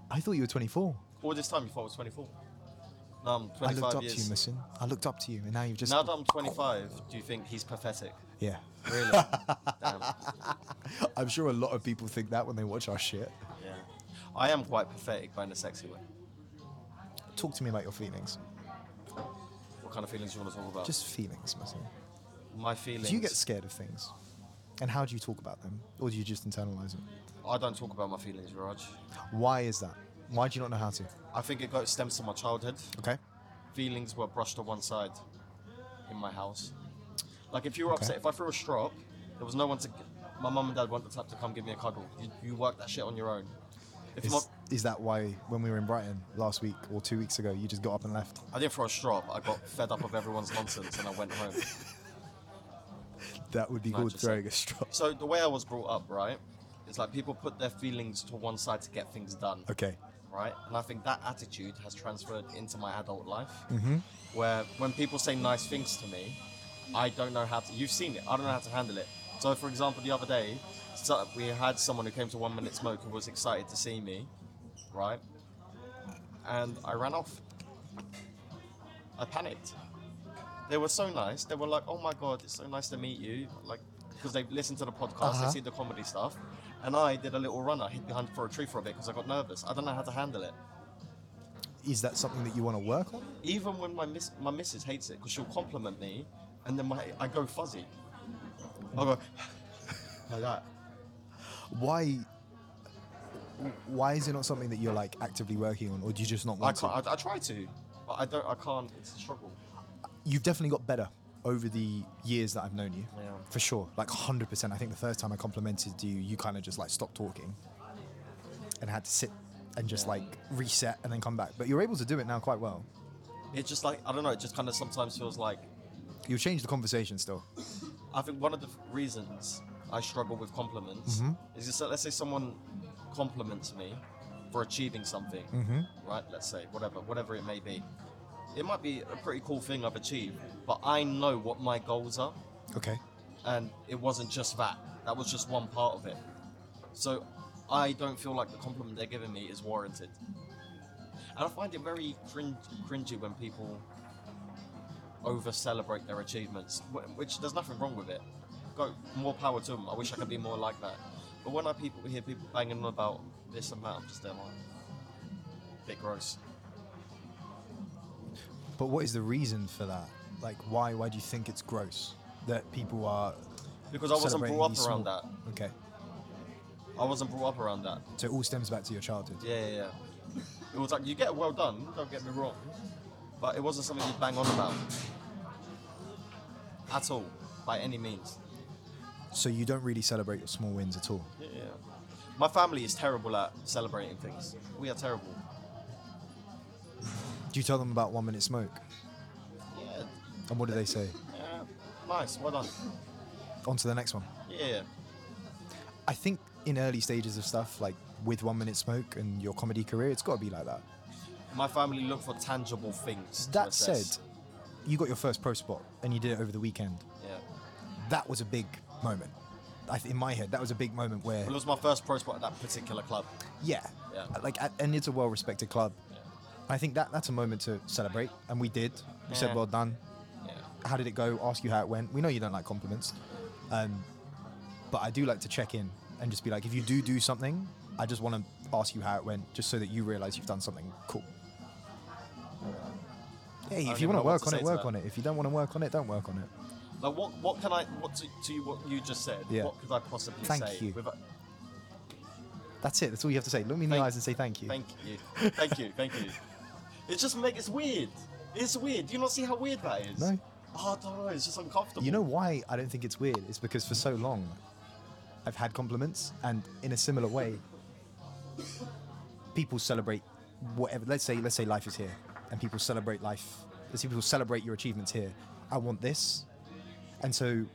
[SPEAKER 2] I thought you were 24.
[SPEAKER 1] All this time you thought I was 24. No, I'm 25
[SPEAKER 2] I looked up
[SPEAKER 1] years.
[SPEAKER 2] to you, Mussin. I looked up to you, and now you've just.
[SPEAKER 1] Now that I'm 25, do you think he's pathetic?
[SPEAKER 2] yeah.
[SPEAKER 1] Really? Damn.
[SPEAKER 2] I'm sure a lot of people think that when they watch our shit.
[SPEAKER 1] Yeah. I am quite pathetic, but in a sexy way.
[SPEAKER 2] Talk to me about your feelings.
[SPEAKER 1] What kind of feelings do you want to talk about?
[SPEAKER 2] Just feelings, Mussin.
[SPEAKER 1] my feelings.
[SPEAKER 2] Do you get scared of things? And how do you talk about them? Or do you just internalize them?
[SPEAKER 1] I don't talk about my feelings, Raj.
[SPEAKER 2] Why is that? Why do you not know how to?
[SPEAKER 1] I think it goes stems to my childhood.
[SPEAKER 2] Okay.
[SPEAKER 1] Feelings were brushed to one side in my house. Like if you were
[SPEAKER 2] Okay.
[SPEAKER 1] upset, if I threw a straw, up, there was no one to. g- My mum and dad weren't the type to come give me a cuddle. You, you work that shit on your own. If my,
[SPEAKER 2] Is, is that why when we were in Brighton last week or two weeks ago, you just got up and left?
[SPEAKER 1] I didn't throw a straw, up, I got fed up of everyone's nonsense and I went home.
[SPEAKER 2] That would be
[SPEAKER 1] No,
[SPEAKER 2] called
[SPEAKER 1] just
[SPEAKER 2] throwing a straw.
[SPEAKER 1] So the way I was brought up, right, is like people put their feelings to one side to get things done.
[SPEAKER 2] Okay.
[SPEAKER 1] right? And I think that attitude has transferred into my adult life, mm-hmm. where when people say nice things to me, I don't know how to. You've seen it. I don't know how to handle it. So, for example, the other day, so we had someone who came to One Minute Smoke who was excited to see me, right? And I ran off. I panicked. They were so nice. They were like, "Oh my god, it's so nice to meet you!" Like, because they listened to the podcast,
[SPEAKER 2] Uh-huh.
[SPEAKER 1] they see the comedy stuff, and I did a little run. I hid behind for a tree for a bit because I got nervous. I don't know how to handle it.
[SPEAKER 2] Is that something that you want to work on?
[SPEAKER 1] Even when my miss, my missus hates it because she'll compliment me, and then my I go fuzzy. I go like that.
[SPEAKER 2] Why? Why is it not something that you're like actively working on, or do you just not
[SPEAKER 1] I
[SPEAKER 2] want to?
[SPEAKER 1] can't. I, I try to, but I don't. I can't. It's a struggle.
[SPEAKER 2] You've definitely got better over the years that I've known you,
[SPEAKER 1] Yeah.
[SPEAKER 2] for sure. Like hundred percent. I think the first time I complimented you, you kind of just like stopped talking, and had to sit and just
[SPEAKER 1] Yeah.
[SPEAKER 2] like reset and then come back. But you're able to do it now quite well.
[SPEAKER 1] It's just like I don't know. It just kind of sometimes feels like
[SPEAKER 2] You'll change the conversation still.
[SPEAKER 1] I think one of the f- reasons I struggle with compliments is just that let's say someone compliments me for achieving something, right? Let's say whatever, whatever it may be, it might be a pretty cool thing I've achieved, but I know what my goals are,
[SPEAKER 2] Okay.
[SPEAKER 1] and it wasn't just that. That was just one part of it. So I don't feel like the compliment they're giving me is warranted. And I find it very cringe, cringy when people over celebrate their achievements, wh- which there's nothing wrong with it. Go more power to them. I wish I could be more like that. But when I people hear people banging on about this and that, I'm just there like, bit gross.
[SPEAKER 2] But what is the reason for that? Like, why? Why do you think it's gross that people are?
[SPEAKER 1] Because I wasn't
[SPEAKER 2] celebrating
[SPEAKER 1] brought up
[SPEAKER 2] these
[SPEAKER 1] around
[SPEAKER 2] small-
[SPEAKER 1] that.
[SPEAKER 2] Okay.
[SPEAKER 1] I wasn't brought up around that.
[SPEAKER 2] So it all stems back to your childhood.
[SPEAKER 1] Yeah, yeah, yeah. It was like you get well done. Don't get me wrong, but it wasn't something you bang on about at all by any means.
[SPEAKER 2] So you don't really celebrate your small wins at all.
[SPEAKER 1] Yeah, yeah. My family is terrible at celebrating things. We are terrible.
[SPEAKER 2] Do you tell them about one minute smoke?
[SPEAKER 1] Yeah,
[SPEAKER 2] And what do they say?
[SPEAKER 1] yeah. Nice, well done.
[SPEAKER 2] On to the next one.
[SPEAKER 1] Yeah,
[SPEAKER 2] I think in early stages of stuff, like with one minute smoke and your comedy career, it's got to be like that.
[SPEAKER 1] my family look for tangible things. to
[SPEAKER 2] That
[SPEAKER 1] assess.
[SPEAKER 2] said, you got your first pro spot and you did it over the weekend.
[SPEAKER 1] yeah.
[SPEAKER 2] That was a big moment. I th- in my head, that was a big moment where,
[SPEAKER 1] Well, it was my first pro spot at that particular club.
[SPEAKER 2] yeah,
[SPEAKER 1] Yeah.
[SPEAKER 2] like, at, and it's a well-respected club. I think that that's a moment to celebrate, and we did. We said,
[SPEAKER 1] Yeah.
[SPEAKER 2] "Well done."
[SPEAKER 1] Yeah.
[SPEAKER 2] How did it go? Ask you how it went. We know you don't like compliments, um, but I do like to check in and just be like, if you do do something, I just want to ask you how it went, just so that you realize you've done something cool. Hey,
[SPEAKER 1] don't
[SPEAKER 2] if
[SPEAKER 1] even
[SPEAKER 2] you
[SPEAKER 1] know
[SPEAKER 2] want to
[SPEAKER 1] what
[SPEAKER 2] work
[SPEAKER 1] to
[SPEAKER 2] on
[SPEAKER 1] say
[SPEAKER 2] it,
[SPEAKER 1] to
[SPEAKER 2] work
[SPEAKER 1] that.
[SPEAKER 2] on it. If you don't want to work on it, don't work on it.
[SPEAKER 1] Like what? What can I? What to, to you? What you just said?
[SPEAKER 2] Yeah.
[SPEAKER 1] What could I possibly
[SPEAKER 2] Thank
[SPEAKER 1] say?
[SPEAKER 2] you.
[SPEAKER 1] without-
[SPEAKER 2] That's it. That's all you have to say. Look me in the
[SPEAKER 1] Thank-
[SPEAKER 2] eyes and say thank you.
[SPEAKER 1] Thank you. Thank you. Thank you. It's just make it's weird. It's weird. Do you not see how weird that is?
[SPEAKER 2] No.
[SPEAKER 1] Oh, I don't know. It's just uncomfortable.
[SPEAKER 2] You know why I don't think it's weird? It's because for so long, I've had compliments, and in a similar way, people celebrate whatever. Let's say, let's say life is here, and people celebrate life. Let's say people celebrate your achievements here. I want this, and so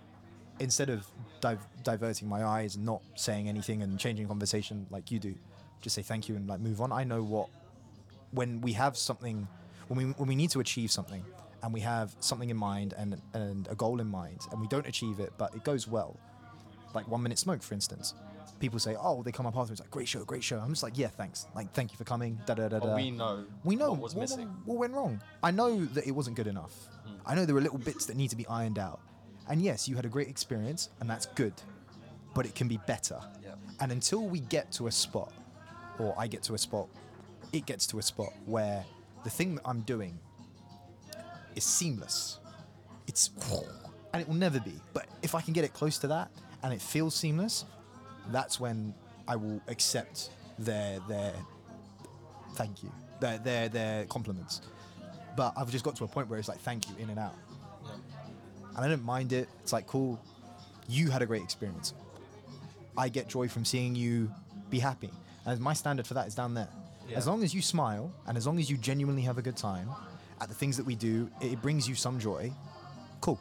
[SPEAKER 2] instead of div- diverting my eyes and not saying anything and changing conversation like you do, just say thank you and like move on. I know what when we have something when we when we need to achieve something and we have something in mind and and a goal in mind and we don't achieve it but it goes well like one minute smoke for instance people say oh they come up afterwards like great show great show i'm just like yeah thanks like thank you for coming da da da
[SPEAKER 1] But
[SPEAKER 2] da
[SPEAKER 1] we know.
[SPEAKER 2] we know
[SPEAKER 1] what was missing. Hmm.
[SPEAKER 2] what went wrong i know that it wasn't good enough i know there were little bits that need to be ironed out and yes you had a great experience and that's good but it can be better
[SPEAKER 1] Yeah.
[SPEAKER 2] and until we get to a spot, or I get to a spot, it gets to a spot where the thing that I'm doing is seamless. It's and it will never be. But if I can get it close to that and it feels seamless, that's when I will accept their their thank you, their their their compliments. But I've just got to a point where it's like thank you in and out,
[SPEAKER 1] Yeah.
[SPEAKER 2] and I don't mind it. It's like cool. You had a great experience. I get joy from seeing you be happy. And my standard for that is down there.
[SPEAKER 1] Yeah.
[SPEAKER 2] As long as you smile and as long as you genuinely have a good time at the things that we do, it brings you some joy. Cool.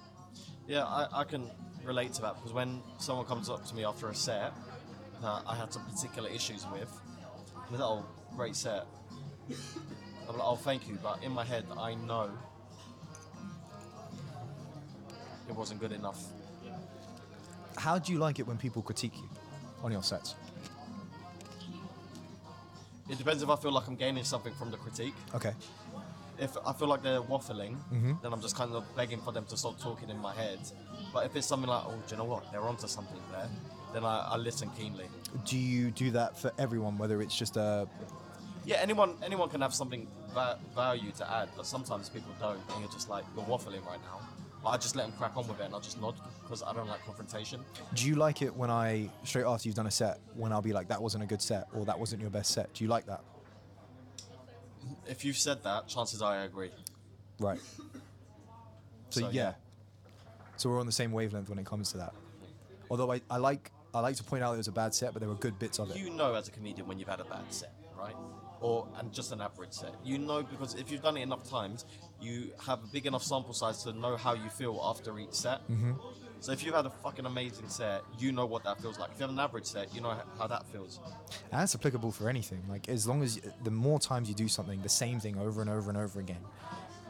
[SPEAKER 1] Yeah, I, I can relate to that because when someone comes up to me after a set that I had some particular issues with, with that oh, great set, I'm like, oh, thank you. But in my head, I know it wasn't good enough.
[SPEAKER 2] How do you like it when people critique you on your sets?
[SPEAKER 1] It depends if I feel like I'm gaining something from the critique.
[SPEAKER 2] Okay.
[SPEAKER 1] if I feel like they're waffling,
[SPEAKER 2] Mhm.
[SPEAKER 1] then I'm just kind of begging for them to stop talking in my head. But if it's something like, oh, do you know what? They're onto something there, then I, I listen keenly.
[SPEAKER 2] Do you do that for everyone, whether it's just a.
[SPEAKER 1] Yeah, anyone anyone can have something va- value to add, but sometimes people don't, and you're just like, you're waffling right now. But I just let them crack on with it, and I just nod because I don't like confrontation.
[SPEAKER 2] Do you like it when I, straight after you've done a set, when I'll be like, that wasn't a good set or that wasn't your best set? Do you like that?
[SPEAKER 1] If you've said that, chances are I agree.
[SPEAKER 2] Right.
[SPEAKER 1] So,
[SPEAKER 2] So, yeah.
[SPEAKER 1] yeah.
[SPEAKER 2] So we're on the same wavelength when it comes to that. Although I, I like I like to point out it was a bad set, but there were good bits of it.
[SPEAKER 1] You know, as a comedian, when you've had a bad set, right? Or and just an average set. You know, because if you've done it enough times, you have a big enough sample size to know how you feel after each set. So if you've had a fucking amazing set, you know what that feels like. If you had an average set, you know h- how that feels.
[SPEAKER 2] And that's applicable for anything. Like as long as the more times you do something, the same thing over and over and over again,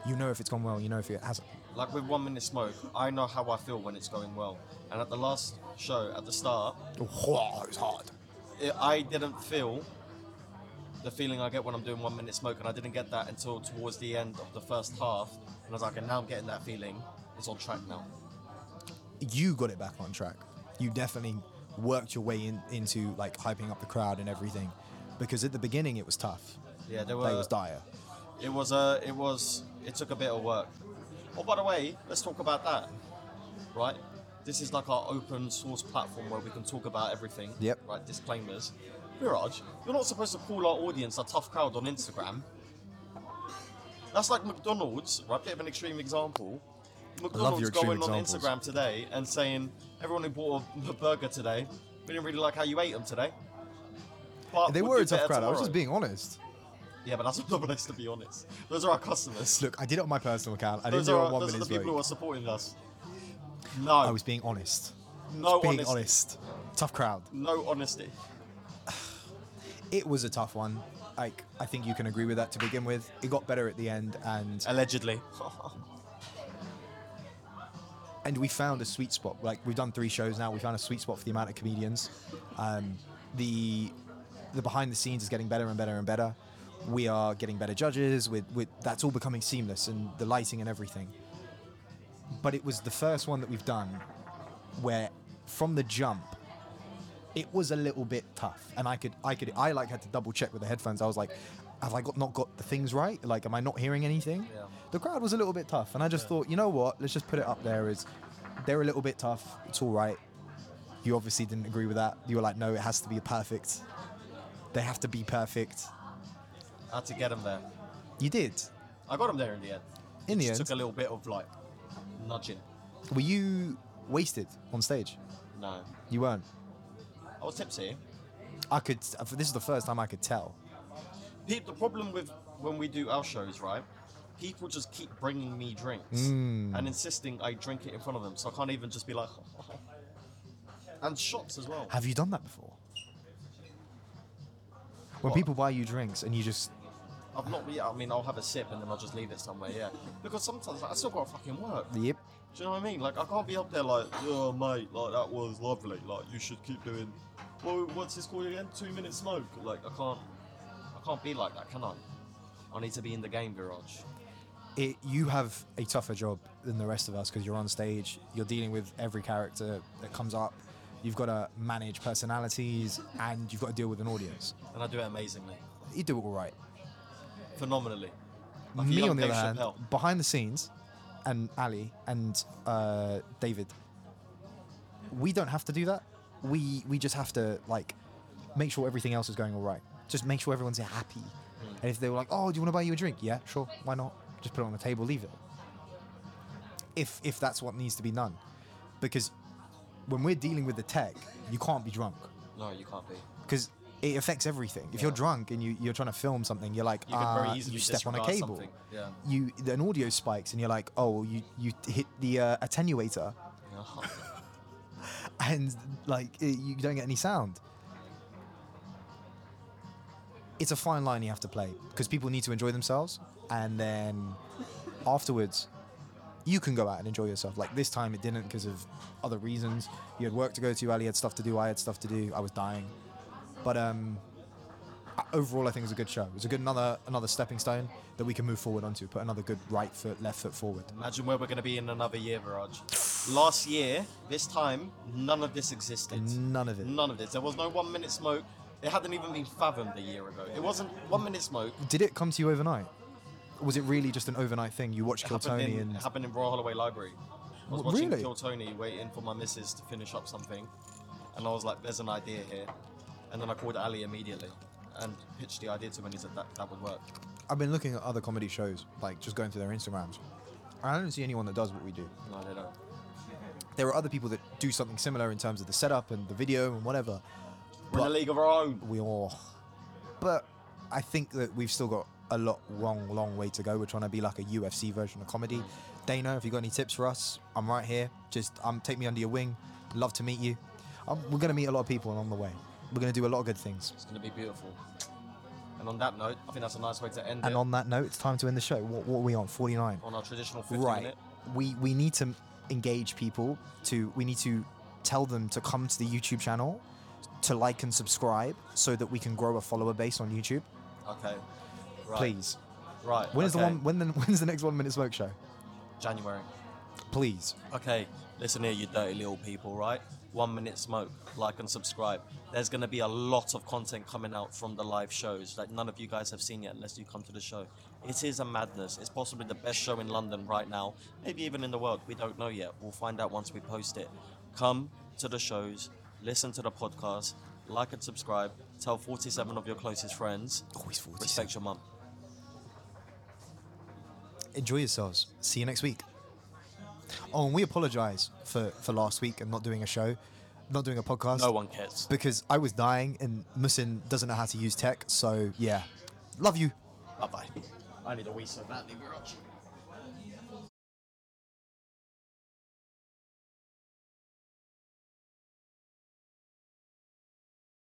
[SPEAKER 2] You know if it's gone well. You know if it hasn't.
[SPEAKER 1] Like with One Minute Smoke, I know how I feel when it's going well. And at the last show, at the start,
[SPEAKER 2] Whoa, Oh, it's hard.
[SPEAKER 1] it, I didn't feel the feeling I get when I'm doing One Minute Smoke, and I didn't get that until towards the end of the first half. And I was like, and now I'm getting that feeling. It's on track now.
[SPEAKER 2] You got it back on track. You definitely worked your way in, into like hyping up the crowd and everything, because at the beginning it was tough.
[SPEAKER 1] Yeah, there
[SPEAKER 2] That
[SPEAKER 1] were.
[SPEAKER 2] was dire.
[SPEAKER 1] It was uh, it was it took a bit of work. Oh, by the way, let's talk about that. Right, this is like our open source platform where we can talk about everything.
[SPEAKER 2] Yep.
[SPEAKER 1] Right, disclaimers. Mirage, you're not supposed to call our audience a tough crowd on Instagram. That's like McDonald's, right? Bit of an extreme example. McDonald's
[SPEAKER 2] extreme
[SPEAKER 1] going on
[SPEAKER 2] examples.
[SPEAKER 1] Instagram today and saying everyone who bought a burger today, we didn't really like how you ate them today. But
[SPEAKER 2] They
[SPEAKER 1] we'll
[SPEAKER 2] were
[SPEAKER 1] do
[SPEAKER 2] a tough
[SPEAKER 1] better
[SPEAKER 2] crowd. I was
[SPEAKER 1] tomorrow."
[SPEAKER 2] just being honest.
[SPEAKER 1] Yeah, but that's not the place to be honest. Those are our customers.
[SPEAKER 2] Look, I did it on my personal account. I
[SPEAKER 1] Those
[SPEAKER 2] didn't do it
[SPEAKER 1] are,
[SPEAKER 2] on one
[SPEAKER 1] those are the
[SPEAKER 2] minute
[SPEAKER 1] people who
[SPEAKER 2] break.
[SPEAKER 1] are supporting us. No,
[SPEAKER 2] I was being honest.
[SPEAKER 1] no
[SPEAKER 2] being
[SPEAKER 1] honesty.
[SPEAKER 2] honest. Tough crowd.
[SPEAKER 1] No honesty.
[SPEAKER 2] It was a tough one. Like I think you can agree with that to begin with. It got better at the end, and
[SPEAKER 1] Allegedly.
[SPEAKER 2] and we found a sweet spot. Like we've done three shows now, we found a sweet spot for the amount of comedians. Um, the the behind the scenes is getting better and better and better. We are getting better judges. With with that's all becoming seamless and the lighting and everything. But it was the first one that we've done where from the jump it was a little bit tough and i could i could i like had to double check with the headphones i was like have i got not got the things right like am i not hearing anything
[SPEAKER 1] Yeah.
[SPEAKER 2] the crowd was a little bit tough and i just thought you know what let's just put it up there as they're a little bit tough it's all right you obviously didn't agree with that you were like no it has to be perfect they have to be perfect
[SPEAKER 1] I had to get them there.
[SPEAKER 2] you did
[SPEAKER 1] I got them there in the end.
[SPEAKER 2] In the
[SPEAKER 1] Just
[SPEAKER 2] end?
[SPEAKER 1] took a little bit of like nudging.
[SPEAKER 2] were you wasted on stage
[SPEAKER 1] No,
[SPEAKER 2] you weren't
[SPEAKER 1] I was tipsy.
[SPEAKER 2] i could this is the first time i could tell
[SPEAKER 1] Pe- The problem with when we do our shows, right? People just keep bringing me drinks
[SPEAKER 2] Hmm.
[SPEAKER 1] and insisting I drink it in front of them, so I can't even just be like. And shots as well.
[SPEAKER 2] Have you done that before? When
[SPEAKER 1] What?
[SPEAKER 2] people buy you drinks and you just
[SPEAKER 1] I've not. Yeah, I mean, I'll have a sip and then I'll just leave it somewhere. Yeah, because sometimes like, I still got to fucking work.
[SPEAKER 2] yep,
[SPEAKER 1] Do you know what I mean? Like, I can't be up there like, oh, mate, like, that was lovely. Like, you should keep doing, well, what's this called again? Two minute smoke. Like, I can't, I can't be like that, can I? I need to be in the game, Viraj.
[SPEAKER 2] it you have a tougher job than the rest of us because you're on stage, you're dealing with every character that comes up. You've got to manage personalities and you've got to deal with an audience.
[SPEAKER 1] And I do it amazingly.
[SPEAKER 2] You do it all right.
[SPEAKER 1] Phenomenally. Like a
[SPEAKER 2] Me
[SPEAKER 1] young
[SPEAKER 2] on the
[SPEAKER 1] Dave
[SPEAKER 2] other hand,
[SPEAKER 1] Chappelle.
[SPEAKER 2] behind the scenes, and Ali and uh, David, we don't have to do that. We we just have to like make sure everything else is going all right. Just make sure everyone's happy. And if they were like, "Oh, do you want to buy you a drink?" Yeah, sure. Why not? Just put it on the table, leave it. If if that's what needs to be done, because when we're dealing with the tech, you can't be drunk
[SPEAKER 1] No, you can't be.
[SPEAKER 2] because it affects everything. If you're
[SPEAKER 1] Yeah.
[SPEAKER 2] drunk and you, you're trying to film something, you're like,
[SPEAKER 1] You can very
[SPEAKER 2] "Ah,"
[SPEAKER 1] easily
[SPEAKER 2] you step on a
[SPEAKER 1] disregard
[SPEAKER 2] cable
[SPEAKER 1] something. Yeah.
[SPEAKER 2] you an audio spikes and you're like, oh, well, you you hit the uh, attenuator
[SPEAKER 1] Yeah.
[SPEAKER 2] and like i- you don't get any sound. It's a fine line you have to play because people need to enjoy themselves, and then afterwards, you can go out and enjoy yourself. Like this time, it didn't because of other reasons. You had work to go to. Ali had stuff to do. I had stuff to do. I was dying, but um, I- overall, I think it was a good show. It was a good another another stepping stone that we can move forward onto. Put another good right foot, left foot forward.
[SPEAKER 1] Imagine where we're going to be in another year, Viraj. Last year, this time, none of this existed.
[SPEAKER 2] None of it.
[SPEAKER 1] None of this. There was no one minute smoke. It hadn't even been fathomed a year ago. It wasn't one minute smoke.
[SPEAKER 2] Did it come to you overnight? Or was it really just an overnight thing? You watched Kill
[SPEAKER 1] It happened
[SPEAKER 2] Tony
[SPEAKER 1] in,
[SPEAKER 2] and
[SPEAKER 1] it happened in Royal Holloway Library. I was
[SPEAKER 2] W-
[SPEAKER 1] watching
[SPEAKER 2] really?
[SPEAKER 1] Kill Tony, waiting for my missus to finish up something, and I was like, "There's an idea here," and then I called Ali immediately and pitched the idea to him, and he said that that would work.
[SPEAKER 2] I've been looking at other comedy shows, like just going through their Instagrams. I don't see anyone that does what we do.
[SPEAKER 1] No, no, no.
[SPEAKER 2] There are other people that do something similar in terms of the setup and the video and whatever.
[SPEAKER 1] We're in a league of our own.
[SPEAKER 2] We all, but I think that we've still got a lot long, long way to go. We're trying to be like a UFC version of comedy. Dana, if you got any tips for us, I'm right here. Just um, take me under your wing. Love to meet you. Um, we're gonna meet a lot of people along the way. We're gonna do a lot of good things.
[SPEAKER 1] It's gonna be beautiful. And And on that note, I think that's a nice way to end
[SPEAKER 2] And
[SPEAKER 1] it.
[SPEAKER 2] on that note, it's time to end the show. What, what are we on? 49.
[SPEAKER 1] on our traditional 50
[SPEAKER 2] Right.
[SPEAKER 1] minute.
[SPEAKER 2] We, we need to engage people to, we need to tell them to come to the YouTube channel, to like and subscribe so that we can grow a follower base on YouTube.
[SPEAKER 1] Okay. Right.
[SPEAKER 2] Please.
[SPEAKER 1] Right.
[SPEAKER 2] When's the
[SPEAKER 1] okay.
[SPEAKER 2] one? When the, when's the next one minute smoke show?
[SPEAKER 1] January.
[SPEAKER 2] Please.
[SPEAKER 1] Okay, listen here, you dirty little people, right? One minute smoke, like and subscribe. There's going to be a lot of content coming out from the live shows that none of you guys have seen yet unless you come to the show. It is a madness. It's possibly the best show in London right now, maybe even in the world. We don't know yet. We'll find out once we post it. Come to the shows, listen to the podcast, like and subscribe, tell 47 of your closest friends,
[SPEAKER 2] Always 40.
[SPEAKER 1] respect your mum.
[SPEAKER 2] enjoy yourselves. See you next week. Oh, and we apologize for, for last week and not doing a show, not doing a podcast.
[SPEAKER 1] No one cares.
[SPEAKER 2] Because I was dying and Musin doesn't know how to use tech. So, yeah. Love you.
[SPEAKER 1] Bye bye. I need a wee so badly, Mirage.